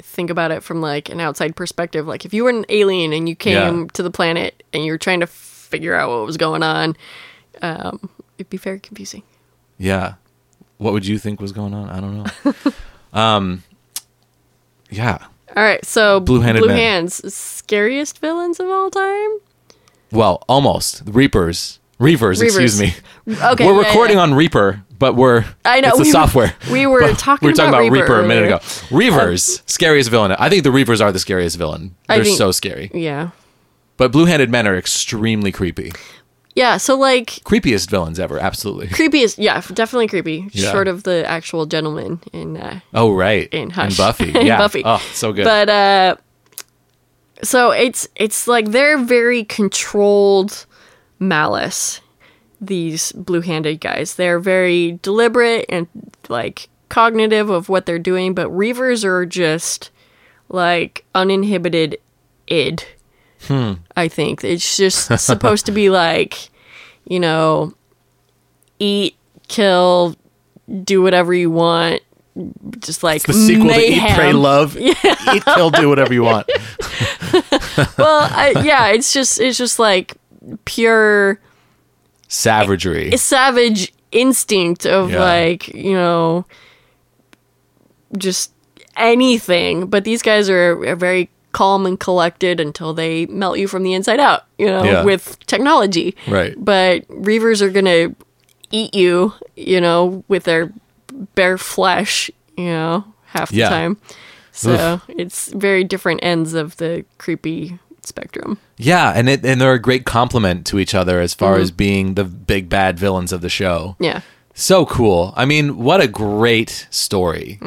think about it from like an outside perspective. Like if you were an alien and you came Yeah. to the planet and you were trying to figure out what was going on, um, it'd be very confusing. Yeah. What would you think was going on? I don't know. um, yeah. All right, so Blue-handed Blue men. Hands, scariest villains of all time. Well, almost. The Reapers. Reavers, excuse Reavers. me. Okay, we're yeah, yeah, recording on Reaper, but we're I know, it's the we were- software. we were But talking we were talking about about, Reaper Reaper, a minute earlier. Um, ago. Reavers, scariest villain. I think the Reavers are the scariest villain. I They're think- so scary. yeah, But blue-handed men are extremely creepy. yeah. So like Creepiest villains ever, absolutely. creepy is yeah, definitely creepy. Yeah. Short of the actual gentleman in uh, Oh right. in Hush. And Buffy. In yeah. Buffy. Oh, so good. But uh so it's it's like they're very controlled malice these blue-handed guys. They're very deliberate and like cognitive of what they're doing, but reavers are just like uninhibited id. Hmm. I think it's just supposed to be like, you know, eat, kill, do whatever you want, just like The sequel to Eat, mayhem. Pray, Love. Eat, kill, do whatever you want. well, I, yeah, it's just it's just like pure Savagery. savage instinct of Yeah. like you know just anything. But these guys are, are very calm and collected until they melt you from the inside out. You know, Yeah. with technology, Right. But reavers are gonna eat you. You know, with their bare flesh. You know, half the Yeah. time. So it's very different ends of the creepy spectrum. Yeah, and it, and they're a great complement to each other as far as being the big bad villains of the show. Mm-hmm. Yeah. So cool. I mean, what a great story.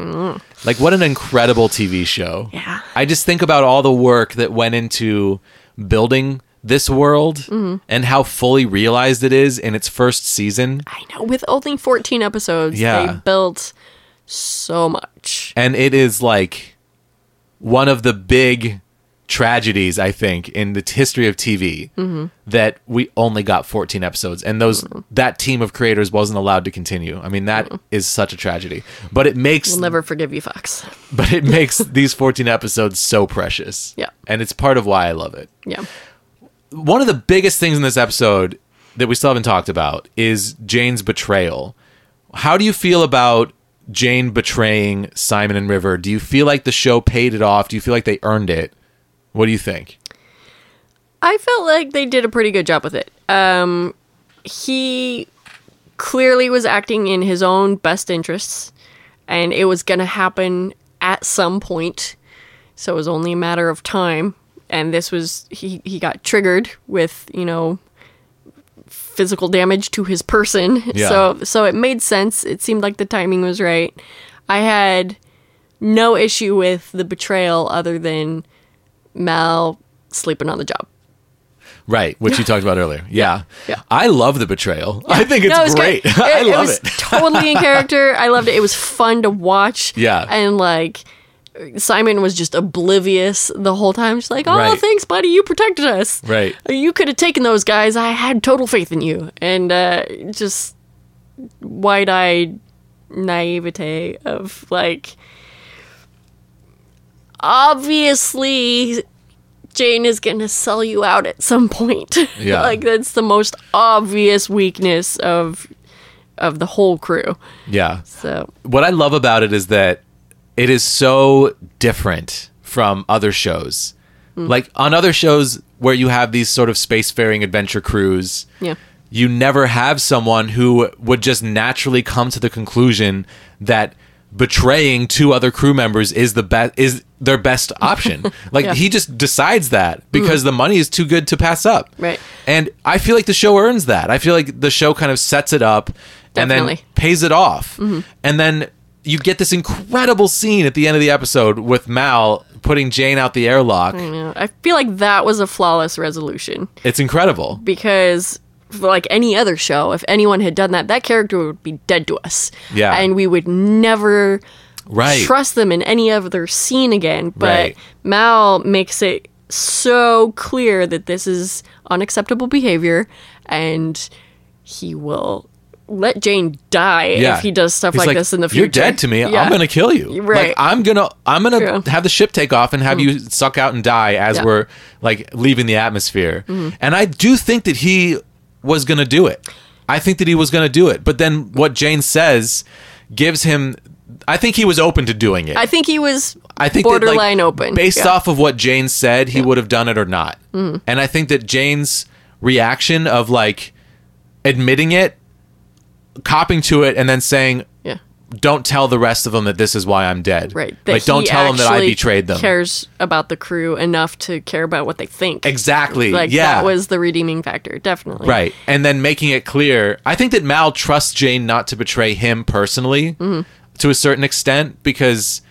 Like what an incredible TV show. Mm. Yeah. I just think about all the work that went into building this world Mm-hmm. and how fully realized it is in its first season. I know. With only 14 episodes, Yeah. they built so much. and it is like one of the big tragedies i think in the t- history of tv Mm-hmm. that we only got 14 episodes and those that team of creators wasn't allowed to continue i mean that is such a tragedy but it makes We'll never forgive you, Fox. but it makes these 14 episodes so precious Yeah. and it's part of why i love it Yeah. one of the biggest things in this episode that we still haven't talked about is Jane's betrayal. How do you feel about Jane betraying Simon and River? Do you feel like the show paid it off? Do you feel like they earned it? What do you think? I felt like they did a pretty good job with it. Um, he clearly was acting in his own best interests, and it was going to happen at some point. So it was only a matter of time. And this was, he, he got triggered with, you know, physical damage to his person. Yeah. So, so it made sense. It seemed like the timing was right. I had no issue with the betrayal other than Mal sleeping on the job. Right, which you talked about earlier. Yeah. Yeah. I love the betrayal. I think it's No, it was great. great. It, I it love was it. totally in character. I loved it. It was fun to watch. Yeah. And like Simon was just oblivious the whole time. Just like, oh, Right. thanks, buddy. You protected us. Right. You could have taken those guys. I had total faith in you. And uh, just wide eyed naivete of like, obviously. Jane is going to sell you out at some point. Yeah. like that's the most obvious weakness of of the whole crew. Yeah. So what I love about it is that it is so different from other shows. Hmm. Like on other shows where you have these sort of spacefaring adventure crews, Yeah. you never have someone who would just naturally come to the conclusion that betraying two other crew members is the best is their best option. like Yeah. Hmm. he just decides that because the money is too good to pass up. Right. And I feel like the show earns that. I feel like the show kind of sets it up and then Definitely. Mm-hmm. pays it off. And then you get this incredible scene at the end of the episode with Mal putting Jane out the airlock. you know, I feel like that was a flawless resolution It's incredible. because for like any other show, if anyone had done that, that character would be dead to us. Yeah. And we would never Right. trust them in any other scene again. But Right. Mal makes it so clear that this is unacceptable behavior and he will let Jane die if he does stuff He's like, this in the future. You're dead to me. Yeah. I'm gonna kill you. Right. Like, I'm gonna I'm gonna True. Mm. have the ship take off and have you suck out and die as Yeah. Mm-hmm. we're like leaving the atmosphere. And I do think that he was gonna do it. I think that he was gonna do it. But then what Jane says gives him I think he was open to doing it. I think he was I think borderline that, like, open. based Yeah. Mm. off of what Jane said, he would have done it or not. And I think that Jane's reaction of like admitting it, copping to it, and then saying, Yeah. "Don't tell the rest of them that this is why I'm dead." Right. like, don't he tell them that I actually betrayed them. Cares about the crew enough to care about what they think. Exactly. Like yeah. that was the redeeming factor, definitely. Right. And then making it clear, I think that Mal trusts Jane not to betray him personally Mm-hmm. to a certain extent because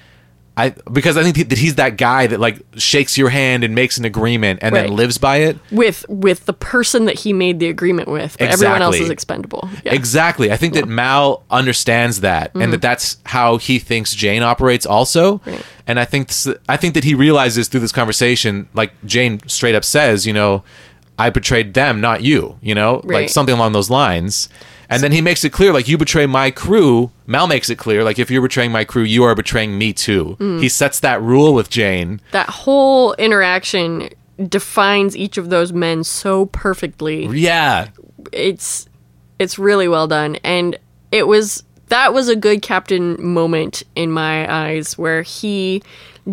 I because I think that he's that guy that like shakes your hand and makes an agreement and Right. then lives by it. With with the person that he made the agreement with, but everyone else Exactly. is expendable. Yeah. Mm. Exactly. I think that Mal understands that and that that's how he thinks Jane operates also. Right. And I think s- I think that he realizes through this conversation like Jane straight up says, you know, I betrayed them, not you, you know, like Right. something along those lines. And then he makes it clear like you betray my crew, Mal makes it clear like if you're betraying my crew, you are betraying me too. Mm. He sets that rule with Jane. that whole interaction defines each of those men so perfectly. Yeah. it's it's really well done and it was that was a good captain moment in my eyes where he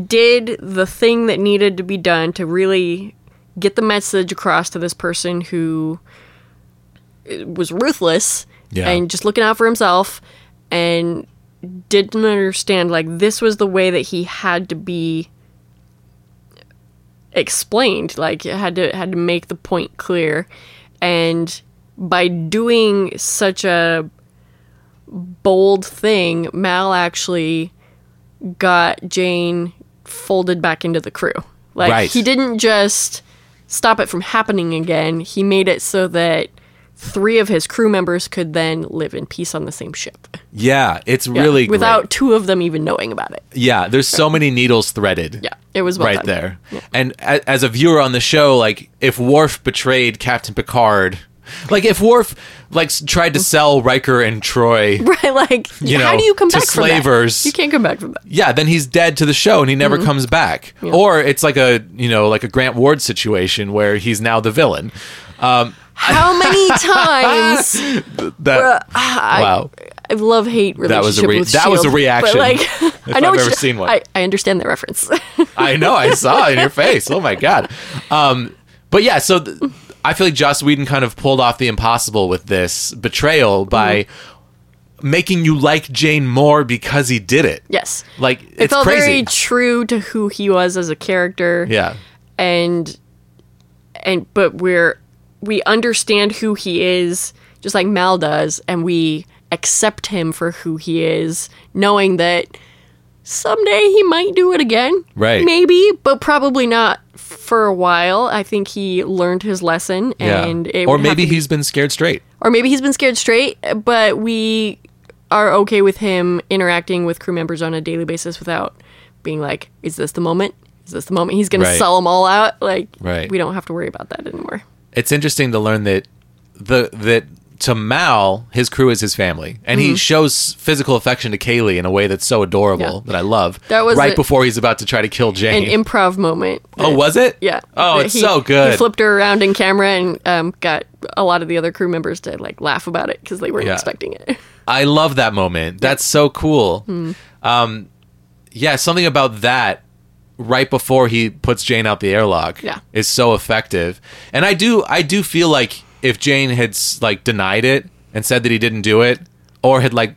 did the thing that needed to be done to really get the message across to this person who was ruthless Yeah. and just looking out for himself and didn't understand like this was the way that he had to be explained like it had to had to make the point clear and by doing such a bold thing mal actually got jane folded back into the crew like Right. he didn't just stop it from happening again he made it so that three of his crew members could then live in peace on the same ship Yeah, it's Yeah, really great. without two of them even knowing about it Yeah, there's so many needles threaded. Yeah, it was well right done. there. And a- as a viewer on the show, like if Worf betrayed Captain Picard, like if Worf like s- tried to sell Riker and Troy, right like You how know, do you come to back slavers. from that? you can't come back from that yeah, then he's dead to the show and he Mm-hmm. never comes back. Or it's like a you know like a Grant Ward situation where he's now the villain. Um, how many times That wow, Ah, I love hate relationship That was a re- with that Shield, was a reaction, E But like, if I know I've what ever you- seen one. I, I understand that reference. I know. I saw it in your face. Oh my god. Um, but yeah, so th- I feel like Joss Whedon kind of pulled off the impossible with this betrayal Mm-hmm. by making you like Jane more because he did it. yes, Like it it's felt crazy. very true to who he was as a character. yeah. and and but we're we understand who he is, just like Mal does, and we accept him for who he is, knowing that someday he might do it again. Right. Maybe, but probably not for a while. I think he learned his lesson, Yeah. and it or would have maybe to be- he's been scared straight. or maybe he's been scared straight, but we are okay with him interacting with crew members on a daily basis without being like, "Is this the moment? Is this the moment he's going Right. to sell them all out?" Like, Right. we don't have to worry about that anymore. It's interesting to learn that the that to Mal, his crew is his family, and Mm-hmm. he shows physical affection to Kaylee in a way that's so adorable Yeah. that I love. That was right a- before he's about to try to kill Jane. An improv moment. oh, was it? Yeah. Oh, That it's he- so He good. flipped her around in camera and um, got a lot of the other crew members to like laugh about it because they weren't Yeah. expecting it. I love that moment. That's so cool. Hmm. Um, yeah, something about that right before he puts Jane out the airlock Yeah. is so effective. And I do, I do feel like if Jane had s- like denied it and said that he didn't do it, or had like,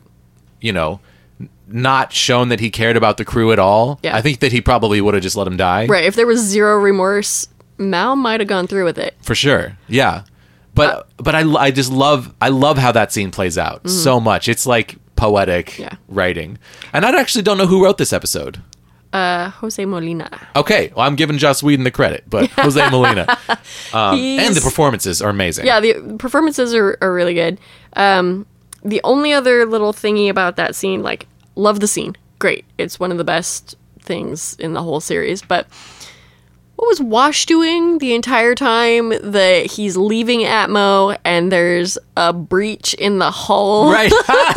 you know, n- not shown that he cared about the crew at all, Yeah. I think that he probably would have just let him die right. If there was zero remorse, Mal might have gone through with it. for sure. Yeah, Uh, but but I, l- I just love I love how that scene plays out so much. It's like poetic Mm-hmm. Yeah. writing, and I actually don't know who wrote this episode. Jose Molina. Okay, well, I'm giving Joss Whedon the credit, but Jose Molina Um, and He's- the performances are amazing. yeah, the performances are, are really good. Um, the only other little thingy about that scene, like, love the scene. Great. It's one of the best things in the whole series. But what was Wash doing the entire time that he's leaving Atmo and there's a breach in the hull? Right.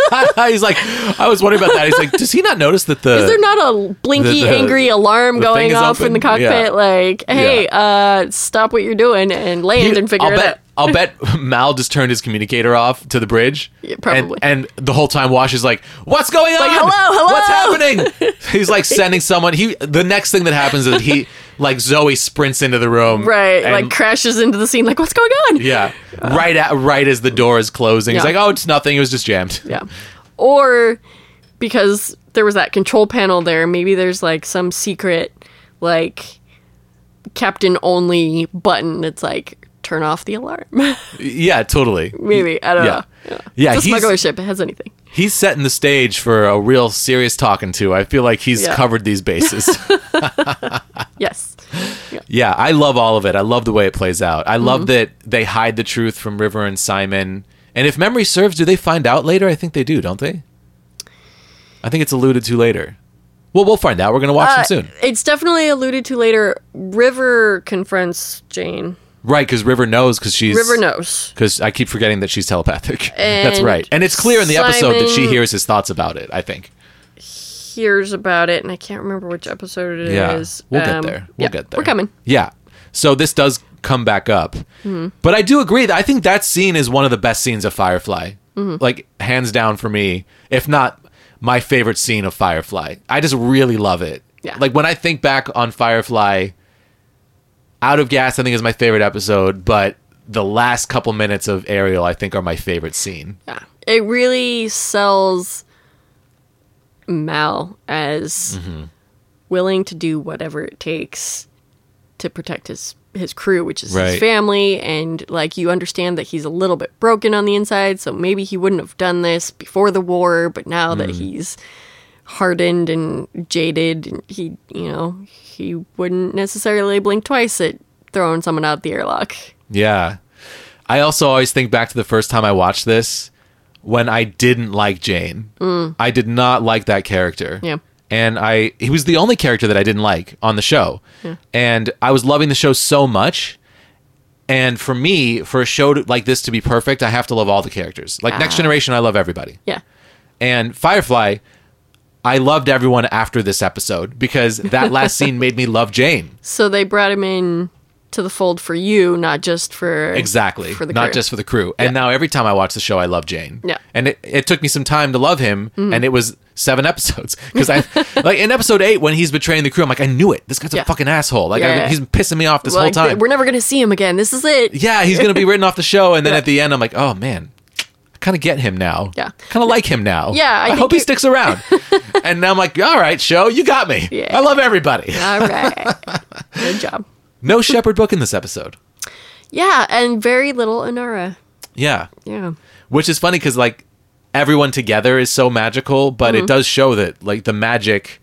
He's like, I was wondering about that. He's like, does he not notice that the Is there not a blinky, The- the- angry alarm the thing going is off in open. the cockpit? Yeah. Like, hey, uh, stop what you're doing and land and figure I'll it bet, out. I'll bet Mal just turned his communicator off to the bridge. Yeah, probably. And, and the whole time, Wash is like, "What's going on? Like, hello, hello." What's happening?" He's like sending someone. He the next thing that happens is he like Zoe sprints into the room. Right, and- like crashes into the scene. Like, what's going on? yeah. Right at right as the door is closing, he's Yeah. like, "Oh, it's nothing. It was just jammed." Yeah. Or because there was that control panel there, maybe there's like some secret, like captain only button that's like turn off the alarm. Yeah, totally. maybe I don't Yeah. know. Yeah, it's a he's- smuggler ship. It has anything. He's setting the stage for a real serious talking to. I feel like he's Yeah. covered these bases. Yes. Yeah, I love all of it. I love the way it plays out. I love Mm-hmm. that they hide the truth from River and Simon. And if memory serves, do they find out later? I think they do, don't they? I think it's alluded to later. Well, we'll find out. We're going to watch Uh, them soon. It's definitely alluded to later. River confronts Jane. Right, because River knows because she's. River knows. Because I keep forgetting that she's telepathic. That's And right. And it's clear in the episode that she Simon- hears his thoughts about it, I think. hears about it, and I can't remember which episode it Yeah. is. We'll Um, get there. We'll yeah, get there. We're coming. Hmm. Yeah. So this does come back up. But I do agree that I think that scene is one of the best scenes of Firefly. Mm-hmm. Like hands down for me, if not my favorite scene of Firefly. I just really love it. Yeah. Like when I think back on Firefly, Out of Gas I think is my favorite episode, but the last couple minutes of Ariel I think are my favorite scene. Yeah. It really sells Mal as willing to do whatever it takes to protect his his crew, which is Right. his family, and like you understand that he's a little bit broken on the inside, so maybe he wouldn't have done this before the war, but now that he's hardened and jaded, and he you know, he wouldn't necessarily blink twice at throwing someone out the airlock. Yeah. I also always think back to the first time I watched this when I didn't like Jane. I did not like that character. Mm. Yeah. And I he was the only character that I didn't like on the show. And I was loving the show so much. And for me, for a show to, like this to be perfect, I have to love all the characters. Like Next Ah. Generation, I love everybody. Yeah. And Firefly, I loved everyone after this episode because that last scene made me love Jane. So they brought him in to the fold for you, not just for exactly for the not crew. just for the crew and now every time i watch the show i love jane Yeah. Mm-hmm. and it, it took me some time to love him and it was seven episodes because i like in episode eight when he's betraying the crew i'm like i knew it this guy's a Yeah. fucking asshole like I, Yeah. he's pissing me off this Like, whole th- time We're never gonna see him again. This is it. yeah he's gonna be written off the show and then Yeah. at the end i'm like oh man i kind of get him now Yeah. kind of like him now Yeah, I i, think hope he you're- sticks around and now i'm like all right show you got me Yeah. i love everybody All right. Good job. no shepherd book in this episode Yeah, and very little Inara. yeah Yeah. which is funny because like everyone together is so magical but Mm-hmm. it does show that like the magic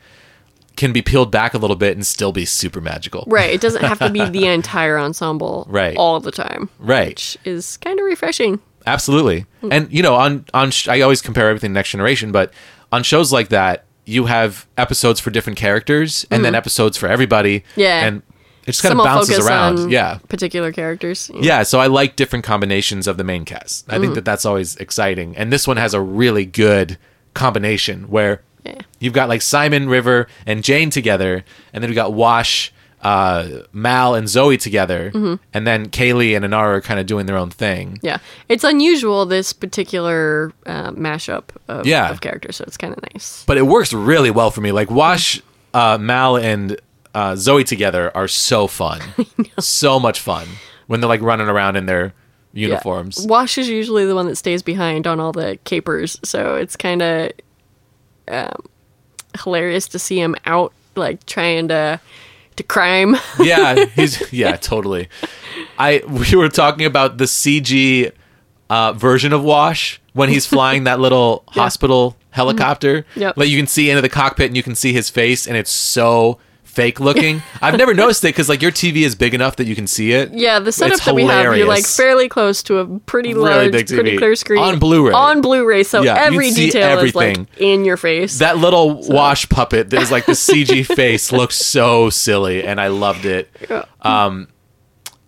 can be peeled back a little bit and still be super magical Right. It doesn't have to be the entire ensemble Right. all the time. Right. Which is kind of refreshing. absolutely Mm. and you know on on sh- i always compare everything to next generation but on shows like that you have episodes for different characters and then episodes for everybody Mm-hmm. Yeah. and it just kind of bounces around yeah Particular characters. Yeah. yeah so i like different combinations of the main cast i Mm. think that that's always exciting and this one has a really good combination where Yeah. you've got like simon river and jane together and then we got wash uh, mal and zoe together and then kaylee and anara are kind of doing their own thing Mm-hmm. Yeah. It's unusual this particular uh, mashup of, Yeah. of characters, so it's kind of nice. but it works really well for me like wash uh, mal and uh, zoe together are so fun so much fun when they're like running around in their Yeah. uniforms Wash is usually the one that stays behind on all the capers, so it's kind of um, hilarious to see him out, like trying to to crime. yeah, he's yeah, totally. I we were talking about the CG uh, version of Wash when he's flying that little hospital helicopter. Mm-hmm. Yep. Like you can see into the cockpit and you can see his face, and it's so fake looking. I've never noticed it because like your TV is big enough that you can see it. Yeah, the It's setup that we have, you're like hilarious. fairly close to a pretty Really large, big pretty TV. clear screen On Blu-ray. On Blu-ray, so Yeah, every you'd see detail is everything. like in your face. That little wash puppet that was like the CG face looked so silly, and I loved it. Um,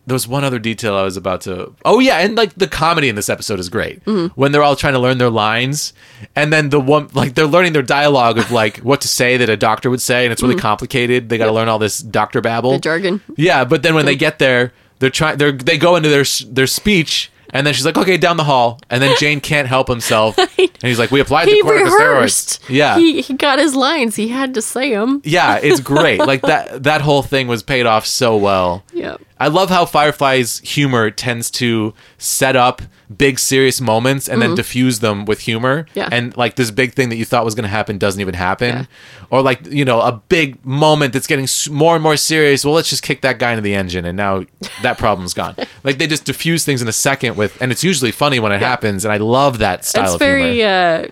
there was one other detail I was about to. Oh yeah, and like the comedy in this episode is great Mm-hmm. when they're all trying to learn their lines, and then the one like they're learning their dialogue of like what to say that a doctor would say, and it's really complicated. They got to learn all this doctor babble Mm-hmm. The jargon. Yeah, but then when they get there, they're trying. They they go into their s- their speech. And then she's like, "Okay, down the hall." And then Jane can't help himself, and he's like, "We applied he the corticosteroids." rehearsed. Yeah, he he got his lines. He had to say them. yeah, it's great. like that that whole thing was paid off so well. Yep. I love how Firefly's humor tends to set up big serious moments and then diffuse them with humor. Mm-hmm. Yeah. And like this big thing that you thought was going to happen doesn't even happen. Or like, you know, a big moment that's getting s- more and more serious. Well, let's just kick that guy into the engine and now that problem's gone. like they just diffuse things in a second with and it's usually funny when it happens and I love that style It's of very humor. uh,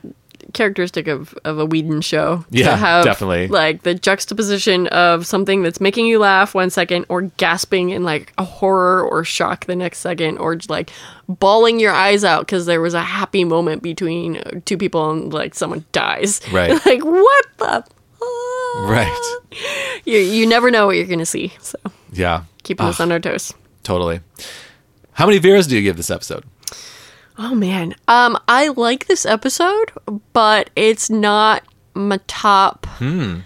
characteristic of, of a Whedon show. Yeah, to have, definitely. Like the juxtaposition of something that's making you laugh one second, or gasping in like a horror or shock the next second, or just, like bawling your eyes out because there was a happy moment between uh, two people and like someone dies. Right. like what the. uh, right. You, you never know what you're gonna see, so Yeah. keeping us Ugh, on our toes. totally. How many Veras do you give this episode? Oh man. Um I like this episode, but it's not my top Hmm.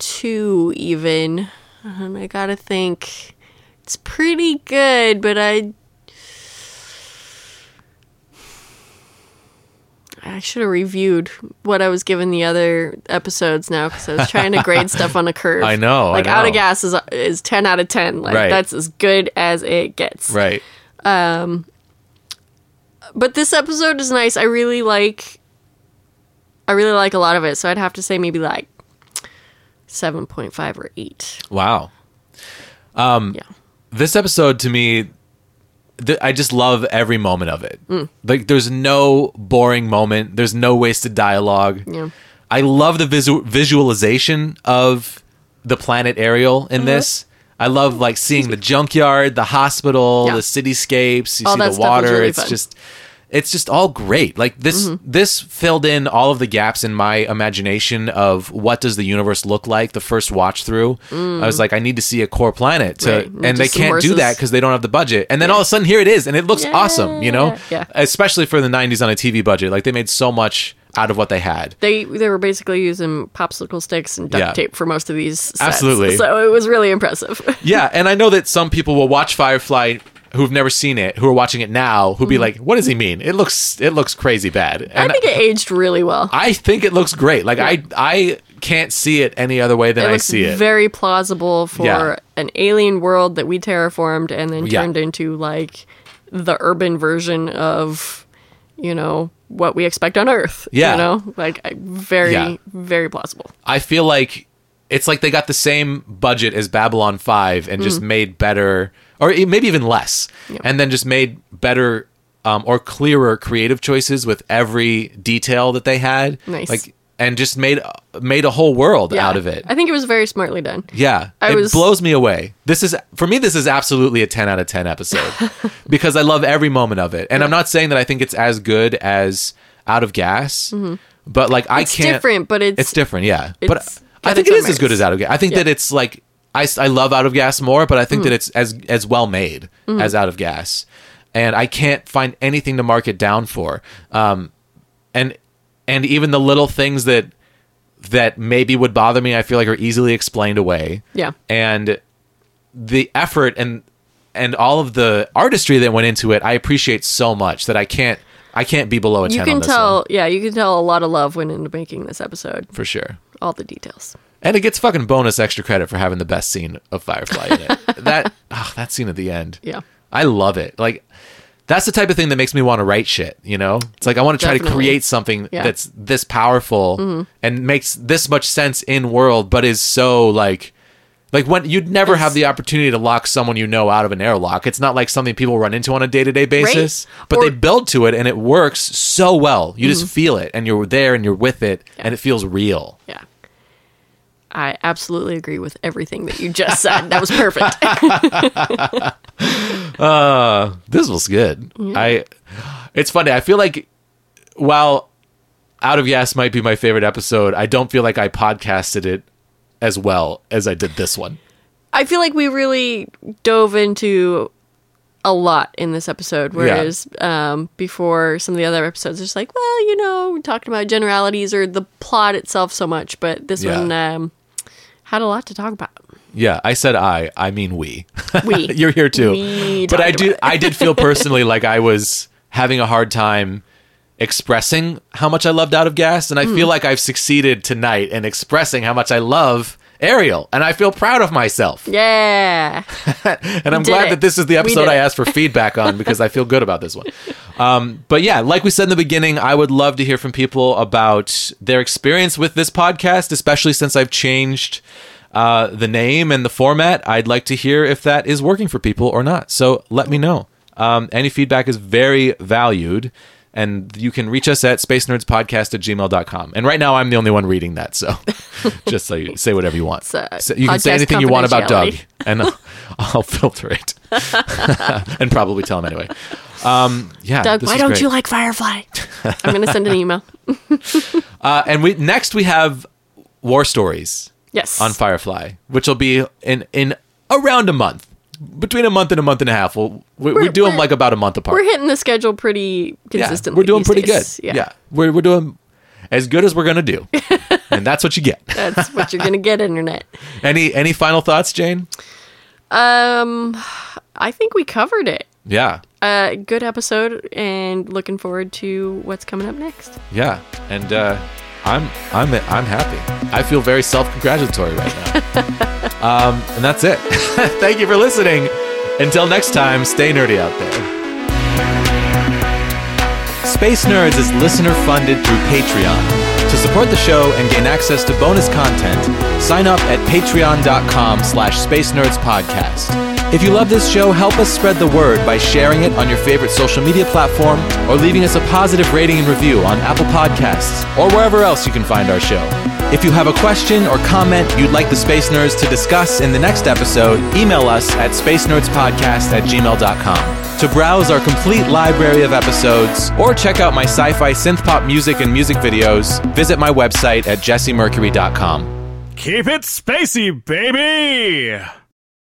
two even. Um, I gotta think. It's pretty good, but I I should have reviewed what I was giving the other episodes now because I was trying to grade stuff on a curve. I know, I Like out know. of gas is is ten out of ten. Like Right. that's as good as it gets Right. but this episode is nice. I really like I really like a lot of it, so I'd have to say maybe like 7.5 or 8. Wow. Um, Yeah. This episode to me, th- I just love every moment of it. Mm. Like, there's no boring moment, there's no wasted dialogue. Yeah. I love the visu- visualization of the planet Ariel in Uh-huh. this. I love like seeing the junkyard, the hospital, Yeah. the cityscapes. You All see that the stuff was water. really it's fun. just, it's just all great. Like this, Mm-hmm. this filled in all of the gaps in my imagination of what does the universe look like. The first watch through, I was like, I need to see a core planet, to, Mm. Right. and they Just some can't do that horses. because they don't have the budget. And then all of a sudden, here it is, and it looks awesome. You know, Yeah. especially for the '90s on a TV budget. Like they made so much out of what they had. They they were basically using popsicle sticks and duct Yeah. tape for most of these sets. Absolutely. So it was really impressive. Yeah, and I know that some people will watch Firefly who've never seen it, who are watching it now, who'll be like, "What does he mean? It looks it looks crazy bad." And Mm-hmm. I think it aged really well. I think it looks great. Like I I can't see it any other way than it I looks see it. very plausible for Yeah. an alien world that we terraformed and then Yeah. turned into like the urban version of you know what we expect on earth Yeah. you know like I- very Yeah. very plausible I feel like it's like they got the same budget as Babylon 5 and Mm. just made better, or e- maybe even less, and then just made better um, or clearer creative choices with every detail that they had. Nice. Like, and just made made a whole world Yeah. out of it. i think it was very smartly done Yeah, I it was- blows me away. This is for me. This is absolutely a ten out of ten episode because I love every moment of it. And I'm not saying that I think it's as good as Out of Gas, but like I Mm-hmm. it's can't. different but it's, It's different, yeah. it's but I got think it its is own as good as merits. Out of Gas. I think Yeah. Mm. that it's like I, s- I love Out of Gas more, but I think that it's as as well made Mm-hmm. as Out of Gas, and I can't find anything to mark it down for. Um, and and even the little things that that maybe would bother me, I feel like are easily explained away. Yeah. and the effort and and all of the artistry that went into it, I appreciate so much that I can't I can't be below a you ten on can this tell one yeah you can tell a lot of love went into making this episode for sure. all the details And it gets fucking bonus extra credit for having the best scene of Firefly in it. that ah, that scene at the end. Yeah. I love it. Like that's the type of thing that makes me want to write shit, you know? It's like I want to try to Definitely. create something Yeah. Mm-hmm. that's this powerful and makes this much sense in world but is so like like when you'd never have the opportunity to lock someone you know out of an airlock. It's not like something people run into on a day-to-day basis, but Or- Mm-hmm. they build to it and it works so well. You just feel it and you're there and you're with it and it feels real. yeah I absolutely agree with everything that you just said. That was perfect. Uh, this was good. I. It's funny. I feel like while Out of Yes might be my favorite episode, I don't feel like I podcasted it as well as I did this one. I feel like we really dove into a lot in this episode, whereas um, before some of the other episodes, it's like, well, you know, we talked about generalities or the plot itself so much, but this Yeah. one um, had a lot to talk about. Yeah, I said I. I mean we. We. You're here too. We but I talked do. I did feel personally like I was having a hard time expressing how much I loved Out of Gas, and I feel like I've succeeded tonight in expressing how much I love Ariel, and I feel proud of myself. Yeah. And I'm did glad it. that this is the We episode did I it. asked for feedback on because I feel good about this one. Um, but yeah, like we said in the beginning, I would love to hear from people about their experience with this podcast, especially since I've changed uh, the name and the format. I'd like to hear if that is working for people or not. So let me know. Um, any feedback is very valued. And you can reach us at spacenerdspodcast at gmail.com. And right now, I'm the only one reading that. So just so you say whatever you want. uh, So you can say podcast anything you want about Doug, confidentiality. and I'll, I'll filter it and probably tell him anyway. Um, yeah, Doug, this why is don't great. you like Firefly? I'm going to send an email. Uh, and we next we have war stories Yes. on Firefly, which will be in in around a month, between a month and a month and a half. We'll, we we We're- do them we're- like about a month apart. We're hitting the schedule pretty consistently. we're doing these pretty days. good. Yeah, we're we're doing as good as we're gonna do, and that's what you get. That's what you're going to get, internet. Any any final thoughts, Jane? Um, I think we covered it. Yeah. uh, good episode and looking forward to what's coming up next. Yeah, and uh, I'm I'm I'm happy. I feel very self-congratulatory right now. um, and that's it. Thank you for listening. Until next time, stay nerdy out there. Space Nerds is listener funded through Patreon. To support the show and gain access to bonus content, sign up at patreon.com slash space nerds podcast. If you love this show, help us spread the word by sharing it on your favorite social media platform or leaving us a positive rating and review on Apple Podcasts or wherever else you can find our show. If you have a question or comment you'd like the Space Nerds to discuss in the next episode, email us at spacenerdspodcast at gmail.com. To browse our complete library of episodes or check out my sci fi synth pop music and music videos, visit my website at jessemercury.com. Keep it spacey, baby!